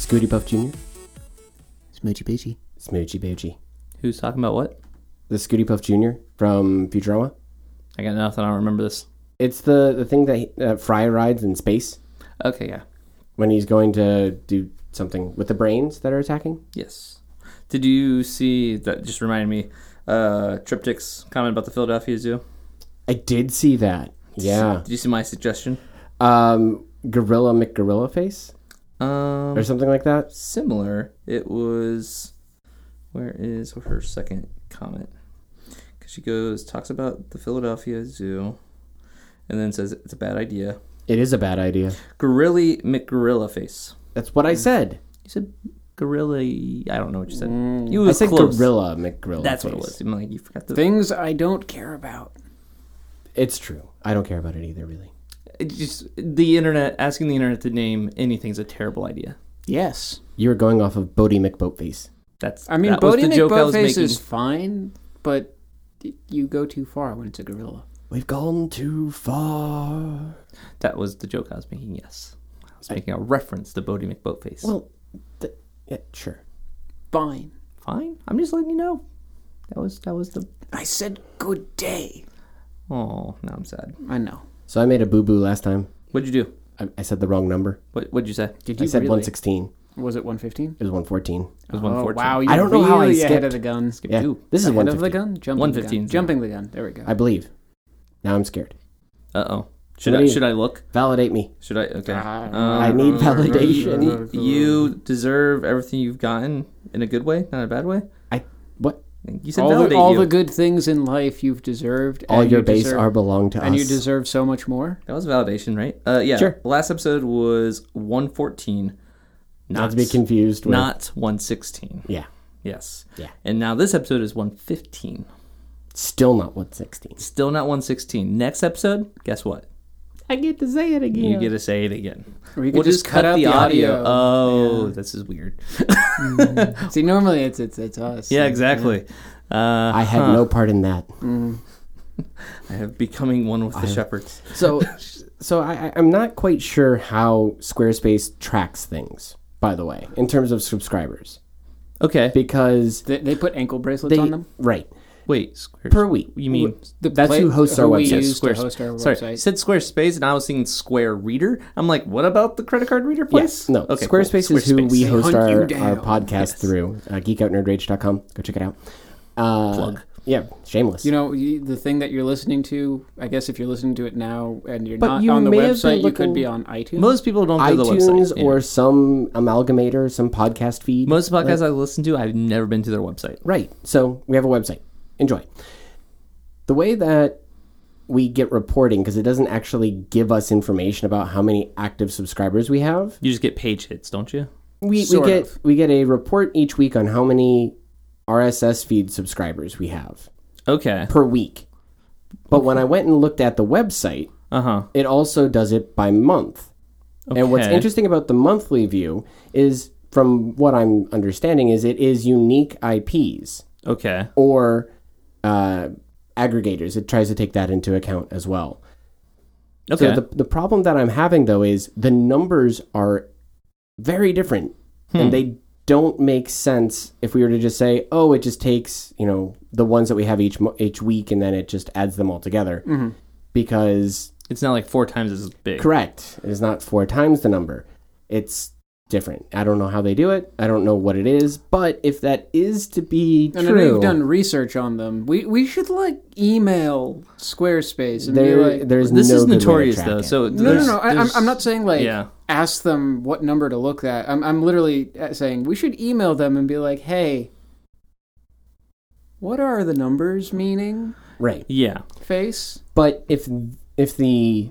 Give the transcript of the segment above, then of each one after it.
Scooty Puff Jr., Smoochy Poochie. Smoochie Boochie. Who's talking about what? The Scooty Puff Jr. from Futurama. I got nothing. I don't remember this. It's the, the thing that he, uh, Fry rides in space Okay, yeah. when he's going to do something with the brains that are attacking. Yes. Did you see that? Just reminded me. Uh, Triptych's comment about the Philadelphia Zoo. I did see that. Yeah. Did you see my suggestion? Um, Gorilla McGorilla Face Um, or something like that. similar. It was. Where is her second comment? Because she goes talks about the Philadelphia Zoo, and then says it's a bad idea. It is a bad idea. Gorilly McGorilla face. That's what I said. You said gorilla. I don't know what you said. Mm. You Mm. I was said close. Gorilla McGorilla That's what it Face. was. I'm like you forgot the. Things I don't care about. It's true. I don't care about it either, really. It just the internet asking the internet to name anything's a terrible idea. Yes. You were going off of Bodie McBoatface. That's I mean, that was Bodie the joke I was McBoatface making. is fine, but y- you go too far when it's a gorilla. We've gone too far. That was the joke I was making. Yes, I was making a reference to Bodie McBoatface. Well, th- yeah, sure. Fine. fine. I'm just letting you know. That was that was the. I said good day. Oh, now I'm sad. I know. So I made a boo boo last time. What'd you do? I, I said the wrong number. What What'd you say? Did I you said really? 116. Was it 115? It was 114. It was Oh, 114. wow. You're I don't know how I really ahead skipped. of the gun. Yeah, Ooh, this is ahead of the 115. gun? Jumping 115 the gun. is Jumping the gun. There we go. I believe. Now I'm scared. Uh oh. Should What I do you- Should I look? Validate me. Should I? Okay. Ah. I Um, need validation. you deserve everything you've gotten in a good way, not a bad way. I what? You said all the, validate all you. the good things in life you've deserved. All and your you base deserve- are belong to And us. you deserve so much more. That was validation, right? Uh, yeah. Sure. Last episode was 114. not, to be confused with Not 116. Yeah. Yes. Yeah. And now this episode is 115. Still not 116. Still not 116. Next episode, guess what? I get to say it again. You get to say it again. Or you could just cut out the audio. Oh, this is weird. See, normally it's it's it's us. Yeah, exactly. Uh, I had no part in that. I have becoming one with the shepherds. So, so I, I- I'm not quite sure how Squarespace tracks things. By the way, in terms of subscribers, Okay. because They, they put ankle bracelets they on them. right Wait. Squares. per week. You mean The That's who hosts our we website, use to Squares- host our Sorry, website. said Squarespace, and I was thinking Square Reader. I'm like, what about the credit card reader place? Yes. No. Okay, cool. Squarespace is who we Squarespace. host hunt our, you our down. podcast through. Uh, geekoutnerdrage.com. Go check it out. Uh, Plug. Yeah. Shameless. You know you, the thing that you're listening to. I guess if you're listening to it now and you're But not you on the may have website, been you could looking- be on iTunes. Most people don't go to the iTunes website. or Yeah. some amalgamator, some podcast feed. most podcasts I listen to, I've never been to their website. Right. So we have a website. Enjoy. The way that we get reporting, because it doesn't actually give us information about how many active subscribers we have. You just get page hits, don't you? We, we Sort get of. we get a report each week on how many RSS feed subscribers we have Okay. per week. But when I went and looked at the website, Uh huh. it also does it by month. And what's Okay. interesting about the monthly view is, from what I'm understanding, is it is unique IPs. Okay. or uh, aggregators. It tries to take that into account as well. Okay. So the the problem that I'm having though is the numbers are very different, Hmm. and they don't make sense if we were to just say, oh, it just takes you know the ones that we have each mo- each week, and then it just adds them all together. Mm-hmm. Because it's not like four times as big. correct, it is not four times the number. It's different. I don't know how they do it. I don't know what it is, but if that is to be and I know true, you've done research on them. We we should like email Squarespace and there, be like, there's This no is good way to notorious track though. it. So No, no, no. I, I'm, I'm not saying like Yeah. ask them what number to look at. I'm, I'm literally uh, saying we should email them and be like, hey, what are the numbers meaning? right. Yeah. Face. But if if the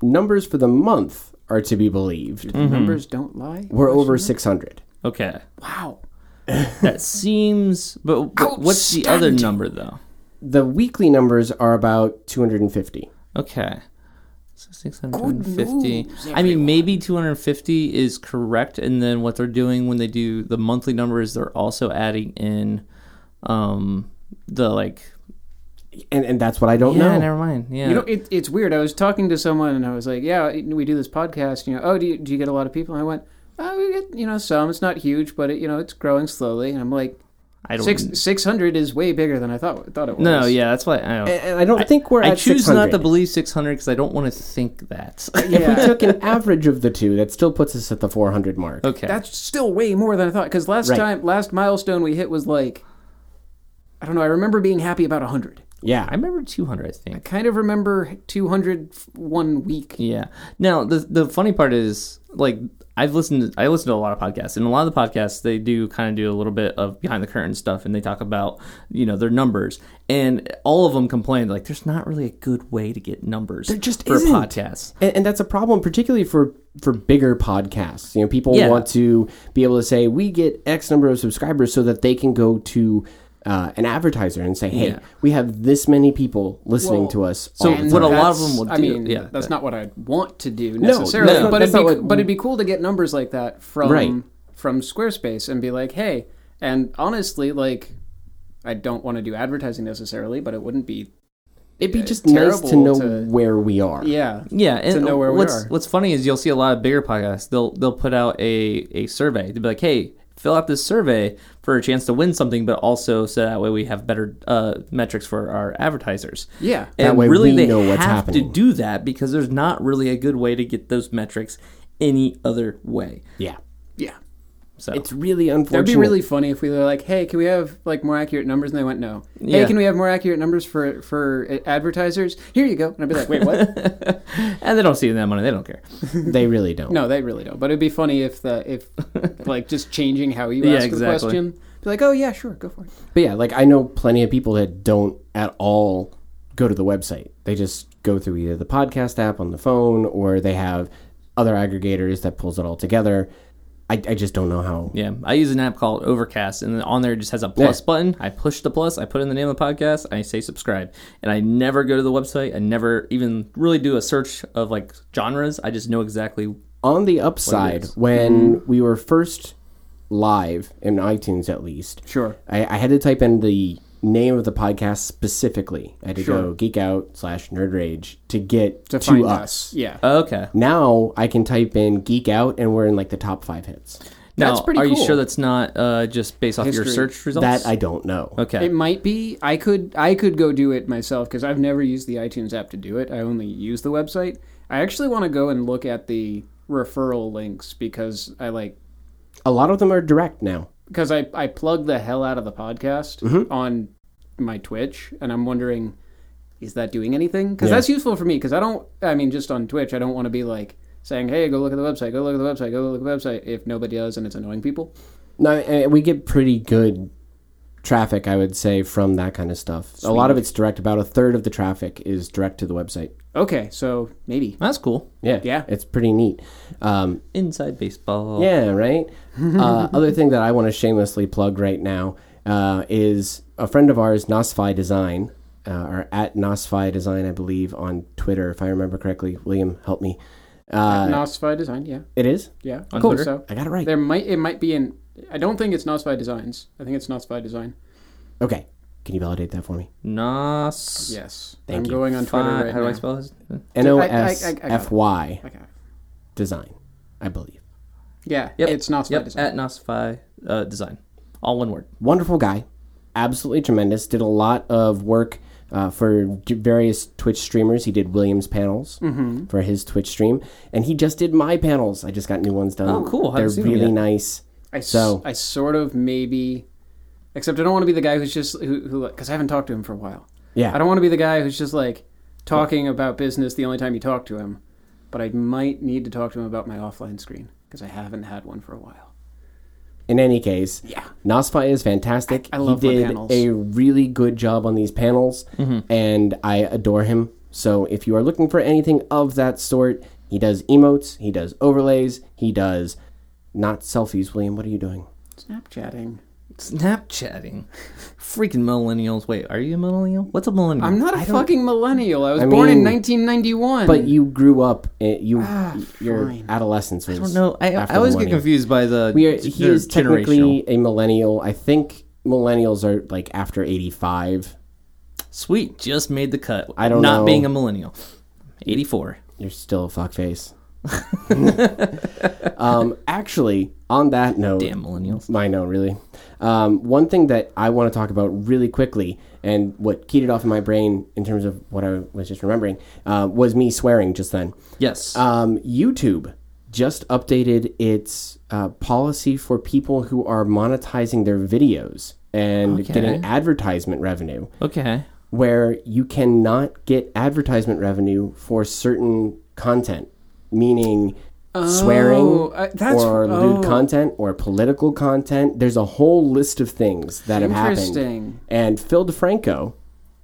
numbers for the month are to be believed, The Numbers don't lie. we're over 600. Okay. Wow. That seems. But, but what's the other Outstanding. number though? The weekly numbers are about 250. Okay. So 650. I mean, maybe 250 is correct. And then what they're doing when they do the monthly number is they're also adding in um, the like. And and that's what I Oh, don't Yeah, know. never mind. Yeah. You know, it, it's weird. I was talking to someone and I was like, yeah, we do this podcast. You know, oh, do you, do you get a lot of people? And I went, oh, we get, you know, some. It's not huge, but it, you know, it's growing slowly. And I'm like, I don't. six six hundred is way bigger than I thought thought it was. no, yeah, that's why I don't. And, and I don't think we're. I at choose not 600. to believe 600 because I don't want to think that. If we Yeah. took an average of the two, that still puts us at the 400 mark. okay. That's still way more than I thought. Because last Right. time, last milestone we hit was like, I don't know. I remember being happy about hundred. I Yeah, remember 200, I think. Kind of remember two hundred one week. Yeah. Now the the funny part is like I've listened I listen to a lot of podcasts and a lot of the podcasts they do kind of do a little bit of behind the curtain stuff and they talk about you know their numbers and all of them complain like there's not really a good way to get numbers There just for isn't. podcasts. and, and that's a problem, particularly for for bigger podcasts. You know, people Yeah. want to be able to say we get X number of subscribers so that they can go to uh, an advertiser and say, "Hey, Yeah. we have this many people listening Well, to us." so all the what a time." lot of them That's- will I do- mean, yeah, that's that- not what I'd want to do necessarily. no, but that's it'd be, not what- but it'd be cool to get numbers like that from Right. from Squarespace and be like, hey. And honestly, like, I don't want to do advertising necessarily, but it wouldn't be. it'd be uh, just nice to terrible know to- where we are. Yeah. Yeah, and know where we what's are. what's funny is you'll see a lot of bigger podcasts. They'll they'll put out a a survey. They'll be like, "Hey, fill out this survey for a chance to win something, but also so that way we have better uh, metrics for our advertisers." Yeah. and That way really we they know what's have to happening. do that because there's not really a good way to get those metrics any other way. Yeah, Yeah. So it's really That'd unfortunate. be really funny if we were like, "Hey, can we have like more accurate numbers?" And they went, "No." Yeah. Hey, can we have more accurate numbers for for uh, advertisers? Here you go. And I'd be like, "Wait, what?" and they don't see that money; they don't care. they really don't. no, they really don't. But it'd be funny if the if like just changing how you Yeah, ask exactly. the question. Be like, "Oh yeah, sure, go for it." But yeah, like I know plenty of people that don't at all go to the website. They just go through either the podcast app on the phone or they have other aggregators that pulls it all together. I, I just don't know how. Yeah, I use an app called Overcast, and then on there it just has a plus Yeah. button. I push the plus, I put in the name of the podcast, and I say subscribe. And I never go to the website. I never even really do a search of like genres. I just know exactly. On the upside, when Mm-hmm. we were first live in iTunes, at least, Sure. I, I had to type in the name of the podcast specifically. I had to Sure. go geek out slash nerd rage to get to, To, find us. Yeah. Okay, Now I can type in geek out and we're in like the top five hits. now That's pretty are you cool. sure that's not uh, just based off your History. search results? That I don't know. okay. It might be. I could I could go do it myself because I've never used the iTunes app to do it. I only use the website. I actually want to go and look at the referral links because I like A lot of them are direct now. because I I plug the hell out of the podcast Mm-hmm. on my Twitch, and I'm wondering is that doing anything? Because Yeah. that's useful for me. Because I don't. I mean, just on Twitch, I don't want to be like saying, "Hey, go look at the website. Go look at the website. Go look at the website." If nobody does, and it's annoying people. No, and eh, we get pretty good traffic, I would say, from that kind of stuff. A lot of it's direct. About a third of the traffic is direct to the website. Okay, so maybe. that's cool. Yeah, Yeah. it's pretty neat. Um, Inside baseball. yeah, right. uh, other thing that I want to shamelessly plug right now uh, is a friend of ours, Nosfi Design, uh, or at Nosfi Design, I believe, on Twitter, if I remember correctly. William, help me. Uh, Nosfi Design, yeah, it is. yeah. On I think Twitter? So I got it right. there might it might be in. I don't think it's Nosfi Designs. I think it's Nosfi Design. Okay, can you validate that for me? Nos. Yes, Thank I'm you. going on Twitter Fi- right how do now. I spell his? N o I- I- I s got it. f y Okay. design, I believe. Yeah, Yep. it's Nosfi Yep. Design. At Nosfi uh, Design. All one word. wonderful guy, absolutely tremendous. Did a lot of work uh, for d- various Twitch streamers. He did Williams panels Mm-hmm. for his Twitch stream, and he just did my panels. I just got new ones done. Oh, cool. I They're haven't seen them really yet. nice. I, s- So- I sort of maybe, except I don't want to be the guy who's just who who because I haven't talked to him for a while. Yeah, I don't want to be the guy who's just like talking about business the only time you talk to him. But I might need to talk to him about my offline screen because I haven't had one for a while. in any case, Yeah. Naspa is fantastic. I- I love he my did panels. a really good job on these panels, Mm-hmm. and I adore him. So if you are looking for anything of that sort, he does emotes, he does overlays, he does not selfies. William, what are you doing? Snapchatting. Snapchatting. Freaking millennials. Wait, are you a millennial? What's a millennial? I'm not a I don't- fucking millennial. I was I born in mean, 1991. Mm. But you grew up. eh, You Ah, your fine. adolescence was. I don't know. I, after I always the get millennium. confused by the We are, g- he is generational. technically a millennial. I think millennials are like after eighty five. Sweet, just made the cut. I don't Not know. being a millennial. 84. You're still a fuckface. Um, actually, on that note, Damn millennials. I know, really. Um, one thing that I want to talk about really quickly, and what keyed it off in my brain in terms of what I was just remembering, uh, was me swearing just then. Yes. Um, YouTube just updated its uh, policy for people who are monetizing their videos and Okay. getting advertisement revenue, okay. where you cannot get advertisement revenue for certain content, meaning swearing uh, that's- or oh. lewd content or political content. There's a whole list of things that have happened. Interesting. And Phil DeFranco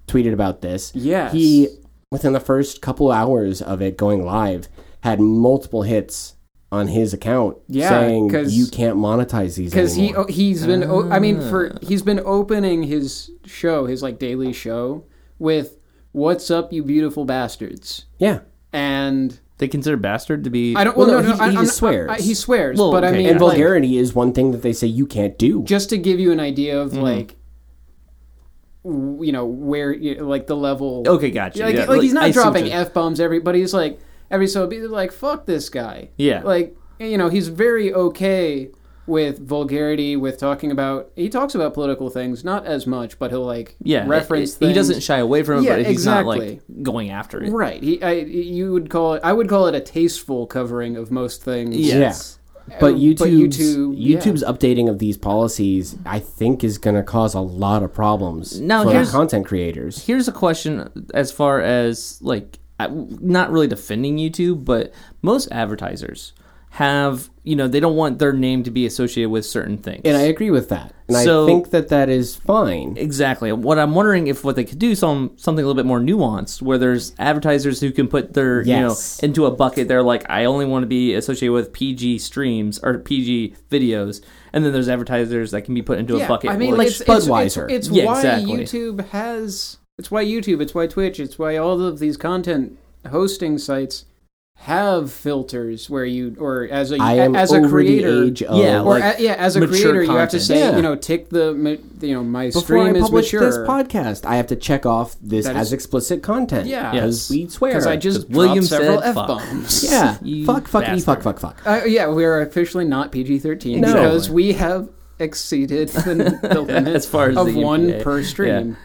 tweeted about this. Yes. He, within the first couple hours of it going live, had multiple hits on his account Yeah, saying 'cause- you can't monetize these because he anymore. oh, he's been o- I mean for he's been opening his show his like daily show with "What's up, you beautiful bastards," yeah. and They consider bastard to be. I don't. Well, Well, no, no, no, he- I, he I'm just not- swears. I- he swears, Well, but I okay, mean, And like, vulgarity is one thing that they say you can't do. just to give you an idea Mm. of like, w- you know, where you- like the level. Okay, gotcha. Yeah, Like, Yeah, like, like, he's not I see what dropping you- f bombs. Everybody's like every so be like, fuck this guy. Yeah. like you know, he's very okay with vulgarity, with talking about. He talks about political things, not as much, but he'll like yeah. reference. He things. doesn't shy away from it, Yeah, but he's not exactly. like going after it. Right. He, I, you would call it. I would call it a tasteful covering of most things. Yes. But Uh, YouTube's, but YouTube- yeah. YouTube's updating of these policies, I think, is going to cause a lot of problems Now, for here's- content creators. Here's a question as far as like I- not really defending YouTube, but most advertisers have you know they don't want their name to be associated with certain things. And I agree with that. And So- I think that that is fine. Exactly. What I'm wondering if what they could do some something a little bit more nuanced, where there's advertisers who can put their Yes. you know into a bucket. They're like, I only want to be associated with PG streams or PG videos, and then there's advertisers that can be put into a bucket. I mean, where- like it's, it's- it's- Budweiser. It's, Yeah, why exactly. YouTube has. It's why YouTube. It's why Twitch. It's why all of these content hosting sites have filters where you, or as a I am as a over creator, the age of Yeah, or like, a- yeah, as a mature creator, you have to content. say, Yeah. you know, tick the, ma- you know, my before stream I is publish mature. this podcast, I have to check off this That as is- explicit content. Yeah. because Yes. we swear. Because I just 'Cause William dropped several said f fuck. bombs. yeah, You fuck, fuckity, fuck, fuck, bastard. fuck. Uh, yeah, we are officially not PG thirteen No. because we have exceeded the, the limit As far as of the one MPAA. per stream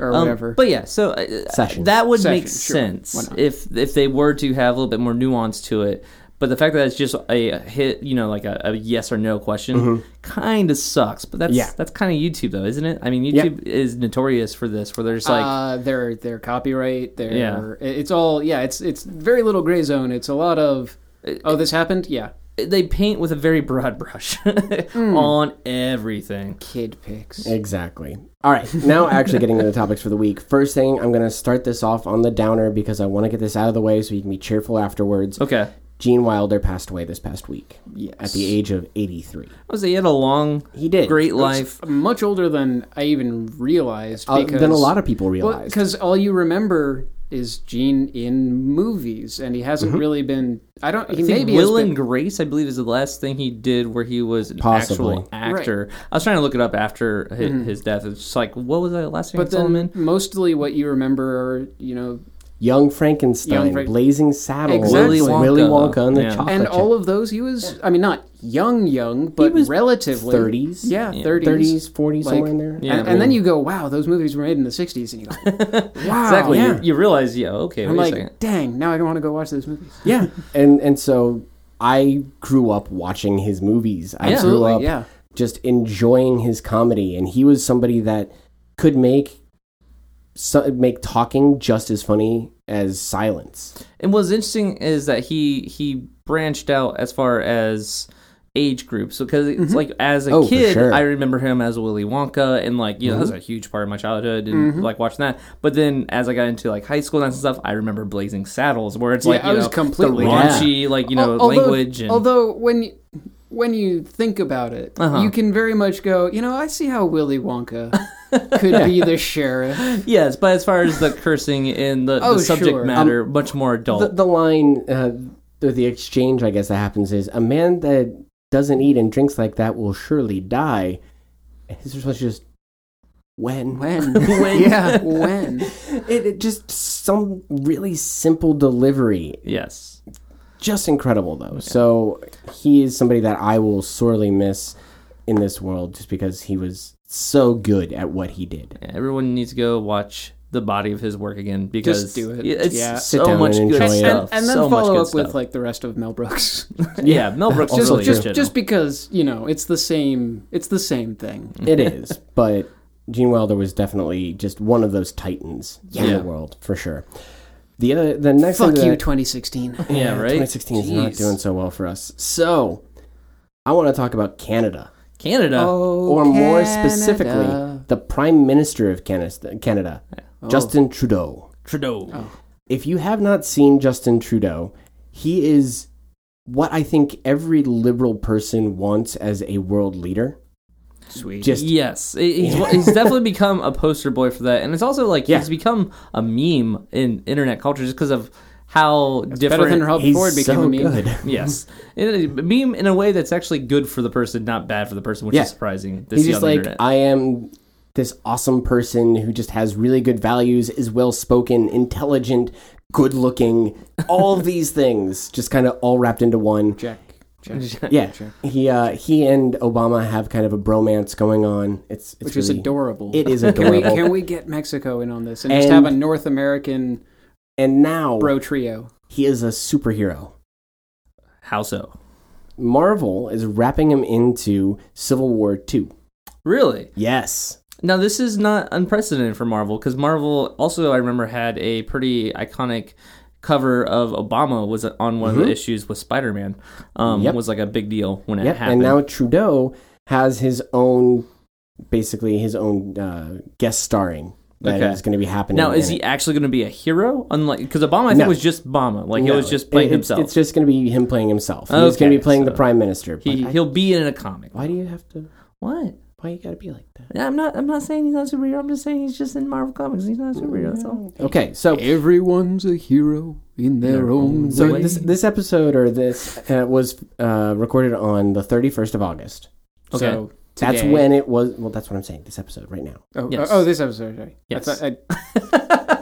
or Um, whatever. But yeah, so uh, Session. that would Session, make sure. Why sense not? if if they were to have a little bit more nuance to it. But the fact that it's just a hit, you know, like a, a yes or no question, kind of sucks. But that's Mm-hmm. Yeah. that's kind of YouTube though, isn't it? I mean, Yeah. YouTube is notorious for this, where there's like uh, their their copyright, their Yeah. it's all yeah, it's it's very little gray zone. It's a lot of Uh, oh this happened, yeah, they paint with a very broad brush Hmm. on everything. kid pics. Exactly. All right, now actually getting into the topics for the week. First thing, I'm going to start this off on the downer because I want to get this out of the way so you can be cheerful afterwards. Okay, Gene Wilder passed away this past week Yes. at the age of 83. I was he had a long, He did. great life. Much older than I even realized. Uh, Because, than a lot of people realize. because all you remember is Gene in movies, and he hasn't Mm-hmm. really been. I don't. He I think maybe has Will been- and Grace, I believe, is the last thing he did where he was an Possibly. actual actor. I was trying to look it up after his, his death. It's just like, what was that last thing I Hmm. but saw him then in? mostly what you remember are you know Young Frankenstein, Young Frank- Blazing Saddles, Exactly. Willy Wonka, Willy Wonka and the Yeah. Chocolate and Factory. all of those he was i mean not young young but was relatively 30s. yeah Yeah. 30s 30s, 40s, Like- somewhere in there. Yeah. and, and then you go wow those movies were made in the 60s and you go wow Exactly. Ah, yeah. You, you realize, yeah, okay, i'm wait like a second. dang now i don't want to go watch those movies Yeah, and and so I grew up watching his movies. I grew Absolutely, up yeah. just enjoying his comedy, and he was somebody that could make so, make talking just as funny as silence. And what's interesting is that he he branched out as far as age groups because it's Mm-hmm. like as a Oh, for kid sure. I remember him as Willy Wonka and like you know Mm-hmm. that was a huge part of my childhood and like watching that. But then as I got into like high school and that stuff, I remember Blazing Saddles where it's Yeah, like you I was know, completely- the raunchy like you know Al- although, language and although when you, when you think about it Uh-huh. you can very much go you know i see how willy wonka could be the sheriff yes, but as far as the cursing and the, Oh, the subject sure. matter, much more adult. The, the line, uh, the, the exchange, I guess that happens is a man that doesn't eat and drinks like that will surely die. His response is just when when When? yeah when it, it just some really simple delivery yes. just incredible though. So he is somebody that I will sorely miss in this world just because he was so good at what he did. Yeah, everyone needs to go watch the body of his work again because Just do it. Yeah, It's Yeah. Sit so down much and good enjoy it. stuff. and, and then so much follow good up with stuff. like the rest of Mel Brooks. yeah, Mel Brooks is just, really just, original. just because you know it's the same. It's the same thing. It is, but Gene Wilder was definitely just one of those titans in Yeah. the world for sure. The other, the next Fuck thing you, that- 2016. yeah, right. 2016 is not Jeez. doing so well for us. So I want to talk about Canada. Canada. Oh. or more specifically, the Prime Minister of Canada, Canada Justin Trudeau. Trudeau. Oh, If you have not seen Justin Trudeau, he is what I think every liberal person wants as a world leader. sweet. Just Yes, he- he's, he's definitely become a poster boy for that, and it's also like Yeah. he's become a meme in internet culture just because of how different. better than Rob he's Ford became so a meme. good. yes, in a meme in a way that's actually good for the person, not bad for the person, which Yeah. is surprising. To He's see just on the like, internet. I am this awesome person who just has really good values, is well spoken, intelligent, good looking, all these things just kind of all wrapped into one. Jack. Jack. Yeah, he uh, he and Obama have kind of a bromance going on. It's, it's Which is really- adorable. It is Can we, adorable. can we get Mexico in on this and, just And- have a North American and now bro trio? he is a superhero. how so? Marvel is wrapping him into Civil War Two. Really? Yes, Now this is not unprecedented for Marvel because Marvel also I remember had a pretty iconic cover of Obama was on one of the issues with Spider Man. Um, Mm-hmm. Yep. was like a big deal when it yep. And happened. now Trudeau has his own, basically his own uh, guest starring that is Okay. going to be happening. Now, is in he it. actually going to be a hero? Unlike because Obama, I think No. was just Obama. Like he No, was just playing it- it's- himself. It's just going to be him playing himself. He's going to Okay, be playing the so prime minister. but he I- he'll be in a comic. why do you have to? What? Why you got to be like that? I'm not. I'm not saying he's not a superhero. I'm just saying he's just in Marvel comics. He's not a superhero. That's all. Okay, so Everyone's a hero in their own So way. this this episode or this uh, was uh, recorded on the 31st of August. Okay. So That's today- when it was. Well, that's what I'm saying. This episode right now. Oh, Yes. oh, this episode. Sorry. Yes. I thought I,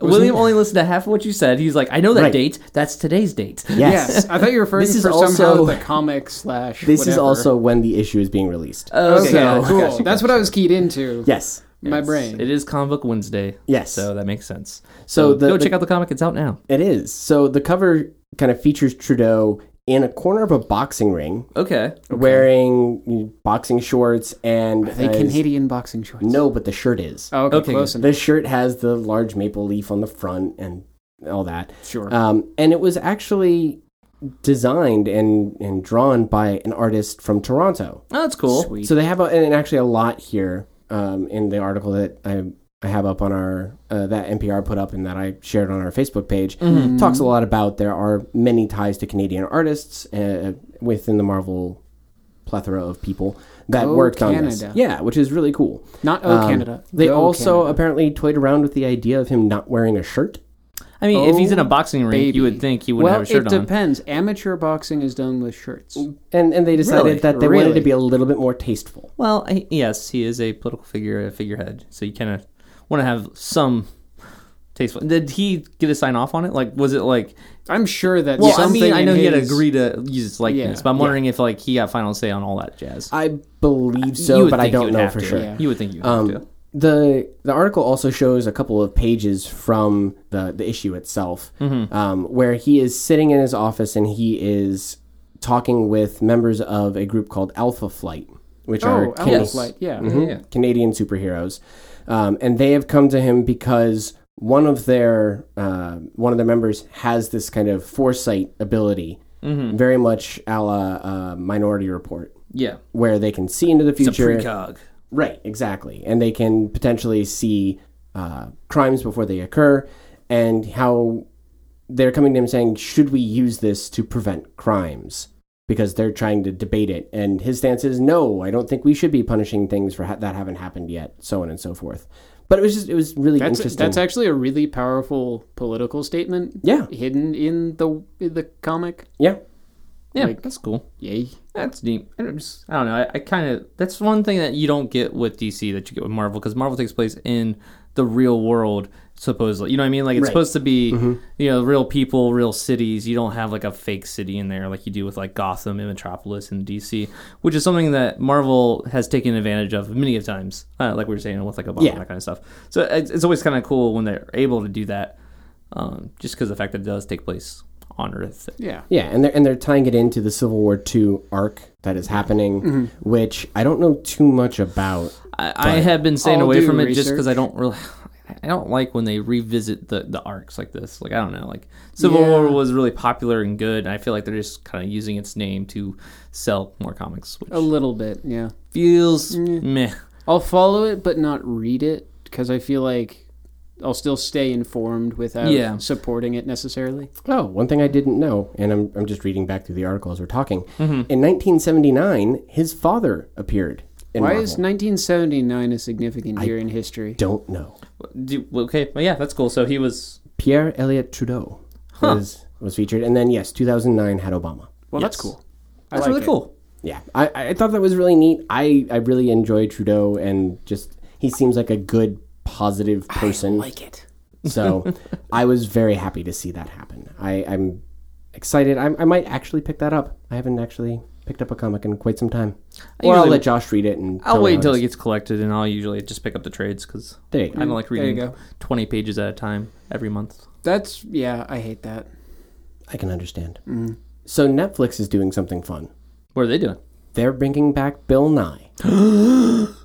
William only listened to half of what you said. He's like, I know that Right. date. That's today's date. Yes. yes. I thought you were referring This to is for also- somehow the comic slash. This is whatever. also when the issue is being released. Okay, Okay, gotcha, cool. gotcha, That's what I was keyed into. yes. My Yes. brain. It is Comic Book Wednesday. Yes. So that makes sense. So So, the- go the- check out the comic. It's out now. It is. So the cover kind of features Trudeau in a corner of a boxing ring, Okay. wearing you know, boxing shorts and They uh, Canadian boxing shorts. No, but the shirt is. Oh, okay, Okay, close enough. The shirt has the large maple leaf on the front and all that. Uh, Sure. Um, and it was actually designed and, and drawn by an artist from Toronto. Oh, that's cool. Sweet. So they have a, and actually a lot here um, in the article that I I have up on our uh, that NPR put up and that I shared on our Facebook page Mm-hmm. talks a lot about there are many ties to Canadian artists uh, within the Marvel plethora of people that Go worked on this. Canada. Yeah, which is really cool. Not oh Um, Canada. They Go also Canada. apparently toyed around with the idea of him not wearing a shirt. I mean, if he's in a Oh, boxing ring, baby. you would think he wouldn't Well, have a shirt it on. depends. Amateur boxing is done with shirts. And and they decided Really? that they wanted to Really? be a little bit more tasteful. Well, I, yes, he is a political figure, a figurehead. So you kind of want to have some tasteful. Did he get a sign off on it? Like, was it like? I'm sure that. Well, I something mean, I in know he had his- agreed to use his likeness, Yeah. but I'm wondering if like he got final say on all that jazz. I believe Uh, You so, would but I think he don't would know have for to. sure. Yeah. You would think you would have Um, to. the the article also shows a couple of pages from the the issue itself, Mm-hmm. um, where he is sitting in his office and he is talking with members of a group called Alpha Flight, which are Oh, Cana- Alpha Flight. Yeah. Mhm, Canadian superheroes, um, and they have come to him because one of their uh, one of their members has this kind of foresight ability, Mm-hmm. very much a la uh, Minority Report, Yeah, where they can see into the it's a future. precog. Right, exactly. And they can potentially see uh, crimes before they occur and how they're coming to him saying, should we use this to prevent crimes? Because they're trying to debate it. And his stance is, no, I don't think we should be punishing things for ha- that haven't happened yet, so on and so forth. But it was just, it was really That's interesting. that's actually a really powerful political statement. Yeah. Hidden in the in the comic. yeah. Yeah, Like- that's cool. Yay. That's deep. I don't just- I don't know. I, I kind of that's one thing that you don't get with DC that you get with Marvel because Marvel takes place in the real world supposedly. You know what I mean? Like it's Right. supposed to be you know real people, real cities. You don't have like a fake city in there like you do with like Gotham and Metropolis and DC, which is something that Marvel has taken advantage of many of times. Uh, like we were saying with like Obama Yeah. and that kind of stuff. So it's, it's always kind of cool when they're able to do that, um, just because the fact that it does take place on Earth. Yeah. Yeah, and they're and they're tying it into the Civil War Two arc that is happening, Mm-hmm. which I don't know too much about. I, I have been staying I'll away do from it just research. because I don't really. I don't like when they revisit the, the arcs like this. Like I don't know, like Civil Yeah. War was really popular and good, and I feel like they're just kind of using its name to sell more comics, which A little bit, yeah. feels Mm. meh. I'll follow it, but not read it because I feel like I'll still stay informed without Yeah. supporting it necessarily. Oh, one thing I didn't know, and I'm I'm just reading back through the article as we're talking. Mm-hmm. In 1979, his father appeared. In Why Marvel. is 1979 a significant year in history? don't know. Do, well, okay, well, yeah, that's cool. So he was Pierre Elliott Trudeau was was featured, and then yes, 2009 had Obama. Well, that's Yes. cool. I that's like really it. cool. Yeah, I, I thought that was really neat. I, I really enjoy Trudeau and just he seems like a good, positive person. like it. So I was very happy to see that happen. I, I'm excited. I, I might actually pick that up. I haven't actually picked up a comic in quite some time. I or I'll usually- let Josh read it and. I'll tell me wait how until it it's- gets collected, and I'll usually just pick up the trades because There you I go. don't like There you reading go. twenty pages at a time every month. That's yeah. I hate that. I can understand. Mm. So Netflix is doing something fun. What are they doing? They're bringing back Bill Nye.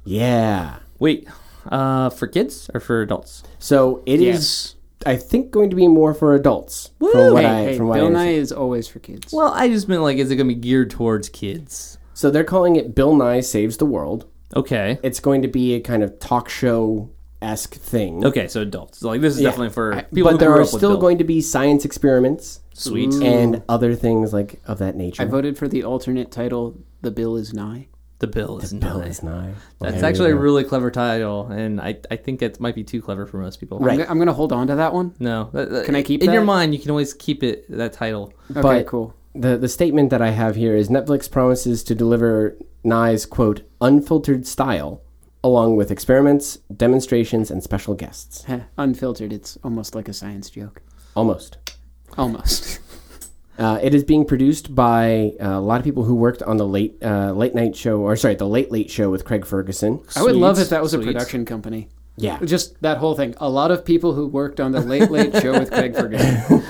yeah. Wait, uh, for kids or for adults? So it is. Yes. I think going to be more for adults. From what hey, I hey, from what I Bill Nye understand. is always for kids. Well, I just meant like, is it gonna be geared towards kids? So they're calling it Bill Nye Saves the World. Okay. It's going to be a kind of talk show esque thing. Okay, so adults. Like this is Yeah. definitely for people. who But there grew are up with still Bill. going to be science experiments Sweet. and other things like of that nature. I voted for the alternate title. The bill is nigh. The bill is Bill not. is Nye. Well, there That's you actually a go. really clever title, and I, I think it might be too clever for most people. Right. I'm, go- I'm gonna hold on to that one. No. that- that- Can I keep in your that? mind? You can always keep it that title. Okay, But- cool. the the statement that I have here is Netflix promises to deliver Nye's quote unfiltered style, along with experiments, demonstrations, and special guests. Heh, Unfiltered. It's almost like a science joke. Almost. Almost. Uh, it is being produced by uh, a lot of people who worked on the late uh, late night show, or sorry, the late late show with Craig Ferguson. I would love Sweet, if that was sweet. a production company. Yeah, Just that whole thing. A lot of people who worked on the Late Late Show with Craig Ferguson.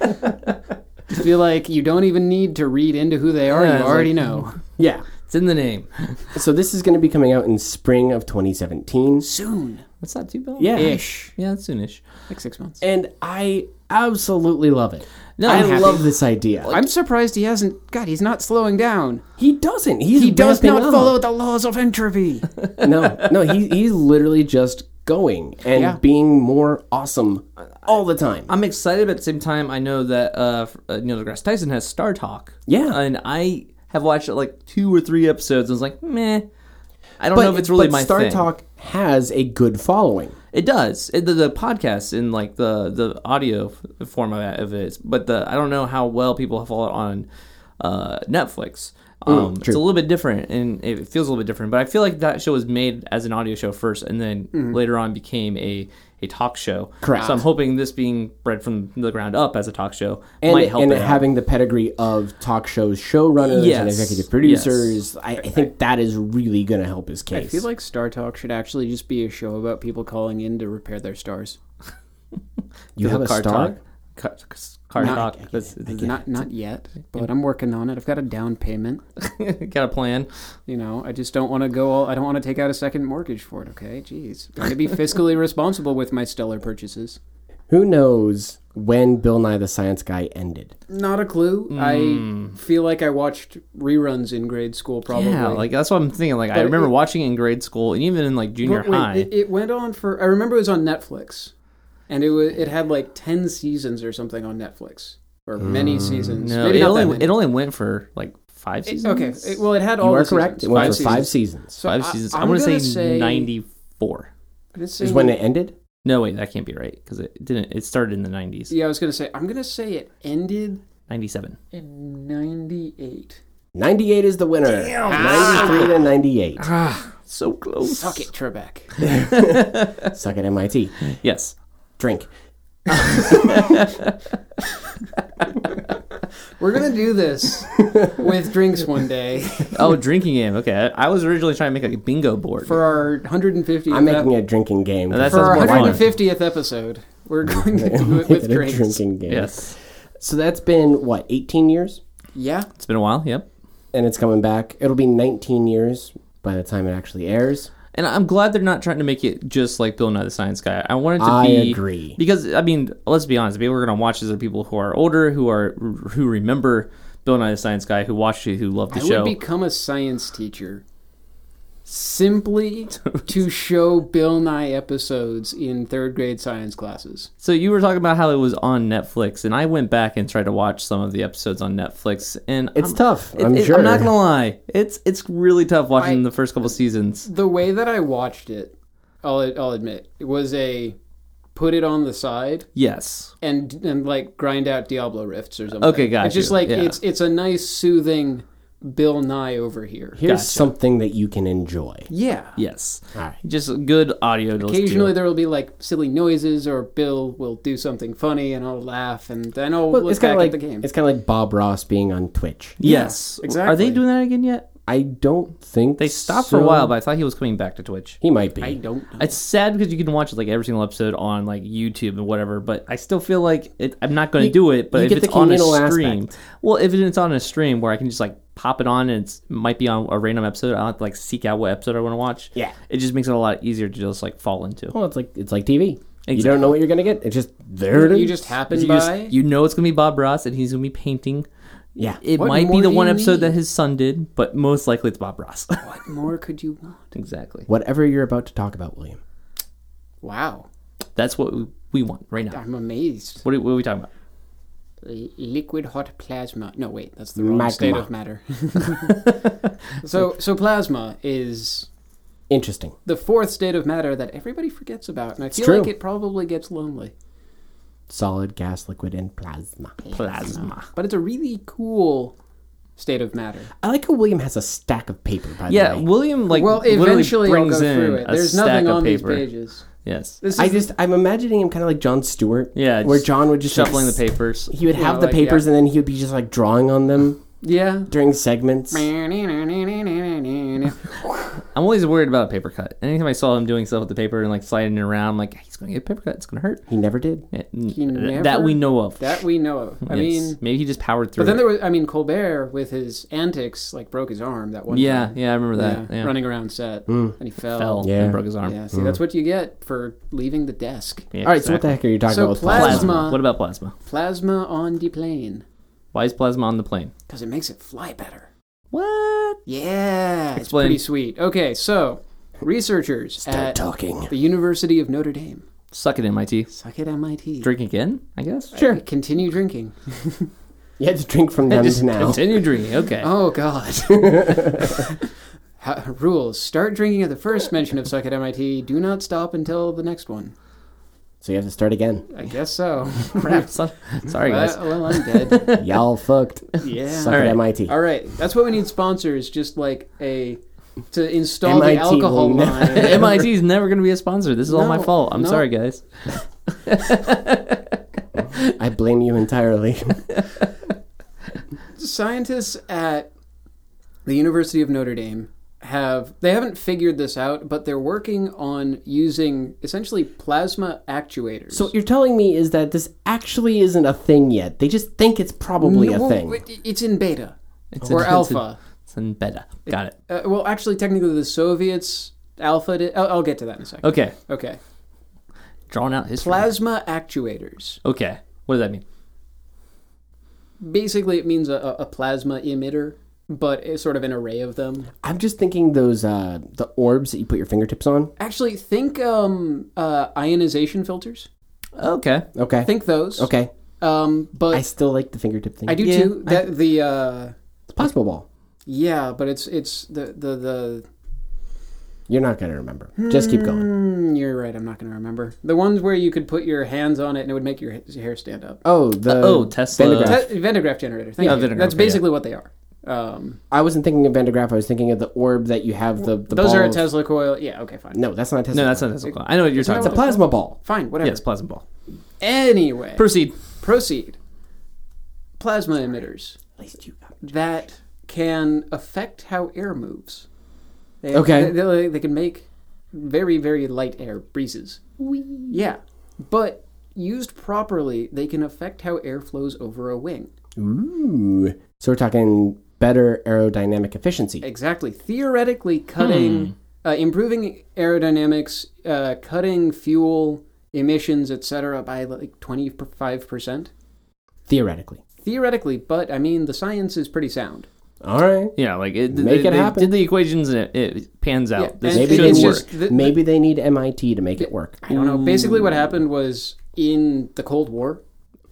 I feel like you don't even need to read into who they are. Yeah, you it's already like- know. yeah. It's in the name. So this is going to be coming out in spring of 2017. Soon That's not too bad. Yeah, ish. Yeah, it's soonish. Like six months. and I absolutely love it. No, I I'm happy. love this idea. I'm surprised he hasn't. God, he's not slowing down. he doesn't. He's He does ramping not up. follow the laws of entropy. no, no, he, he's literally just going and Yeah. being more awesome all the time. I'm excited, but at the same time, I know that uh, f- uh, Neil deGrasse Tyson has Star Talk. Yeah. and I have watched it like two or three episodes. and was like, meh. I don't know if it's really but my Star thing. Talk has a good following. It does. It, the, the podcast and like the the audio f- format of it, but the I don't know how well people follow it on uh, Netflix. Um, it's a little bit different, and it feels a little bit different. But I feel like that show was made as an audio show first, and then later on became a, a talk show. Correct. So I'm hoping this being bred from the ground up as a talk show And, might it- help and it it out. having the pedigree of talk shows showrunners and Yes, executive producers, I, I think that is really going to help his I case. feel like Star Talk should actually just be a show about people calling in to repair their stars. you have a car star. talk. Car, car Not- talk. That's, Not not yet, but I'm working on it. I've got a down payment. got a plan. You know, I just don't want to go all. I don't want to take out a second mortgage for it. Okay, jeez, got to be fiscally responsible with my stellar purchases. Who knows when Bill Nye the Science Guy ended? Not a clue. I feel like I watched reruns in grade school. Probably. Hmm. Yeah, like that's what I'm thinking. Like I But remember it- watching it in grade school and even in like junior But wait, high. It, it went on for. I remember it was on Netflix, and it was, it had like ten seasons or something on Netflix, or many seasons. Hmm. No, Maybe it not that only many. it only went for like five It- seasons. okay. it- well, it had all. you are the correct. It Seasons, went five for seasons. five seasons. So five I- seasons. I'm I'm, gonna say, gonna say- ninety four. Did it say Is when it ended? No, wait, that can't be right because it didn't. It started in the nineties. Yeah, I was gonna say. I'm gonna say it ended Ninety seven. in '98. 98 is the winner. 93 to 98. So close. Ah. Suck it, Trebek. Suck at MIT. Yes. Drink. We're gonna do this with drinks one day Oh, drinking game. Okay. I I was originally trying to make a bingo board. for our 150th. I'm making a drinking game. Now, that for sounds our more fun. 150th episode. We're going to do it with Making a drinks. drinking game. yes. So that's been what 18 years, Yeah, It's been a while. Yep. and it's coming back. It'll be 19 years by the time it actually airs. And I'm glad they're not trying to make it just like Bill Nye the Science Guy. I want it to I be agree. because I mean, let's be honest. People are going to watch this are people who are older, who are who remember Bill Nye the Science Guy, who watched it, who loved the I show. would become a science teacher simply to show Bill Nye episodes in third grade science classes. So you were talking about how it was on Netflix, and I went back and tried to watch some of the episodes on Netflix, and It's I'm, tough. it- I'm it- sure. I'm not gonna lie. It's it's really tough watching I- the first couple seasons. The way that I watched it, I'll I'll admit, it was a put it on the side Yes. and and like grind out Diablo rifts or something. Okay, got It's just you. like Yeah. it's it's a nice soothing Bill Nye over here. Here's Gotcha. something that you can enjoy. Yeah. Yes. All right. Just good audio. to listen to. Occasionally there will be like silly noises, or Bill will do something funny, and I'll laugh, and then I'll Well, look it's back kind of at like the game. it's kind of like Bob Ross being on Twitch. Yes. Yeah, Are exactly. they doing that again yet? I don't think They stopped for a so. while, but I thought he was coming back to Twitch. he might be. I don't. Know. It's sad because you can watch like every single episode on like YouTube and whatever, but I still feel like it, I'm not going to You- do it. you But if get it's the on a communal stream, well, if it's on a stream where I can just like pop it on and it's, might be on a random episode, I don't have to like seek out what episode I want to watch. Yeah. it just makes it a lot easier to just like fall into. well, it's like it's like TV. You Exactly. don't know what you're gonna get. It's just there. It is. You just happen You, by. just- you know it's going to be Bob Ross and he's going to be painting. yeah. It What might be more the do one you episode that need? his son did, but most likely it's Bob Ross. what more could you want? exactly. Whatever you're about to talk about, William. Wow, That's what we, we want right now. I'm amazed. What are, what are we talking about? L- liquid hot plasma. No, wait, that's the wrong Magma. state of matter. so, so plasma is Interesting. the fourth state of matter that everybody forgets about, and I feel true. like it probably gets lonely. Solid, gas, liquid, and plasma. Plasma. But it's a really cool state of matter. I like how William has a stack of paper. By Yeah, the way, William like well, literally eventually I'll go brings through in it. a There's stack nothing on of paper. these pages. Yes, This I is just I'm imagining him kind of like John Stewart. Yeah, where just John would just like, shuffling the s- papers. He would You have know, the like, papers, yeah. and then he would be just like drawing on them yeah. during segments. I'm always worried about a paper cut. Anytime I saw him doing stuff with the paper and like sliding it around, I'm like he's going to get a paper cut. It's going to hurt. He never did. Yeah, n- never- that we know of. That we know of. I Yes. mean, maybe he just powered through. but then it. there was. I mean, Colbert with his antics like broke his arm that one. yeah, time. yeah, I remember that. Yeah, running around set and he fell. fell Yeah. and broke his arm. Yeah, see, that's what you get for leaving the desk. Yeah, All right, so what exactly. the heck are you talking So about? with plasma- What about plasma? Plasma on the plane Why is plasma on the plane? because it makes it fly better. What? Yeah, Explain. it's pretty sweet. Okay, so researchers Start at talking. the University of Notre Dame. Suck it, MIT. Suck it, MIT. Drink again, I guess. Sure. Continue drinking. You had to drink from them Just to now. continue drinking. Okay. Oh God. Ha- Rules: Start drinking at the first mention of suck at MIT. Do not stop until the next one. So you have to start again. I guess so. crap. So- Sorry, guys. Well, well, I'm dead. Y'all fucked. yeah. Suck All at right. MIT. All right, that's what we need sponsors. Just like a to install MIT the alcohol will never- line. MIT is never going to be a sponsor. This is all my No, fault. I'm no. sorry, guys. I blame you entirely. Scientists at the University of Notre Dame have they haven't figured this out, but they're working on using essentially plasma actuators. so what you're telling me is that this actually isn't a thing yet. They just think it's probably a Well, thing. it- It's in beta It's or in- it's in- alpha. It's in beta. Got it. Uh, well, actually, technically, the Soviets alpha. Did, I'll, I'll get to that in a second. Okay. Okay. Drawn out history. Plasma actuators. okay. What does that mean? Basically, it means a, a a plasma emitter, but it's sort of an array of them. I'm just thinking those uh the orbs that you put your fingertips on. Actually, think um, uh, ionization filters. Okay. Okay. Think those. okay. Um, but I I, still like the fingertip thing. do Yeah, too. That the uh, It's possible ball. yeah, but it's it's the the the. You're not gonna remember. Just keep going. Hmm, you're right. I'm not gonna remember the ones where you could put your hands on it and it would make your ha- hair stand up. Uh, Oh, the Uh, oh, Tesla. Van de Graaff. Te- Vendegraaff generator. Thank Yeah, you. Vendegraaff, That's okay, yeah. basically what they are. Um, I wasn't thinking of Van de Graaff. I was thinking of the orb that you have the, the those ball are a of- Tesla coil. Yeah, okay, fine. No, that's not a Tesla. No, that's not Tesla. I know what you're that talking It's a about. plasma ball. Fine, whatever. Yes, plasma ball. Anyway, Proceed. proceed. Plasma emitters At least you got that can affect how air moves. They, Okay. They, they, they can make very, very light air breezes. Yeah. But used properly, they can affect how air flows over a wing. Ooh. So we're talking better aerodynamic efficiency. Exactly. Theoretically, cutting, uh, improving aerodynamics, uh, cutting fuel emissions, etc., by like 25%. Theoretically. Theoretically, but I mean, the science is pretty sound. All right. Yeah, like it, Make they, it they happen. Did the equations and it, it pans out. Yeah, this and Maybe should they it's work. just- the- Maybe they need MIT to make it work. I don't know. Basically, what happened was in the Cold War,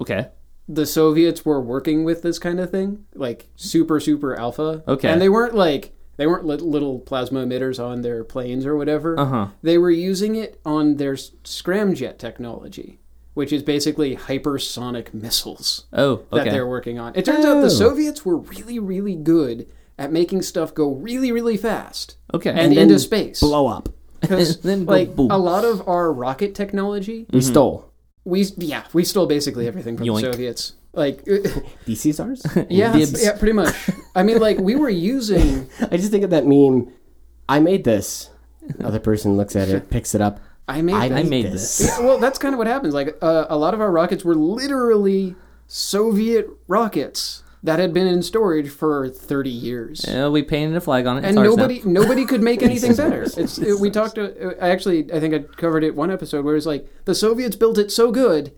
okay. the Soviets were working with this kind of thing, like super super alpha. Okay. and they weren't like they weren't lit- little plasma emitters on their planes or whatever. Uh huh. They were using it on their s- scramjet technology, which is basically hypersonic missiles Oh, that okay. they're working on. It turns out Oh. the Soviets were really really good at making stuff go really really fast Okay. and, then into space. Blow up. Mm-hmm. Because then go like boom. a lot of our rocket technology, We stole. we yeah we stole basically everything from Yoink. the Soviets. Like DC's ours? yeah Dibs. yeah pretty much. I mean like we were using I just think of that meme. I made this. Other person looks at it, picks it up. I made I, that. made made this. this. Yeah, well that's kind of what happens. Like uh, a lot of our rockets were literally Soviet rockets that had been in storage for thirty years. Yeah, we painted a flag on it. It's And ours now. nobody, nobody could make anything better. It's, it, we talked. To, uh, I actually, I think I covered it one episode where it's like the Soviets built it so good,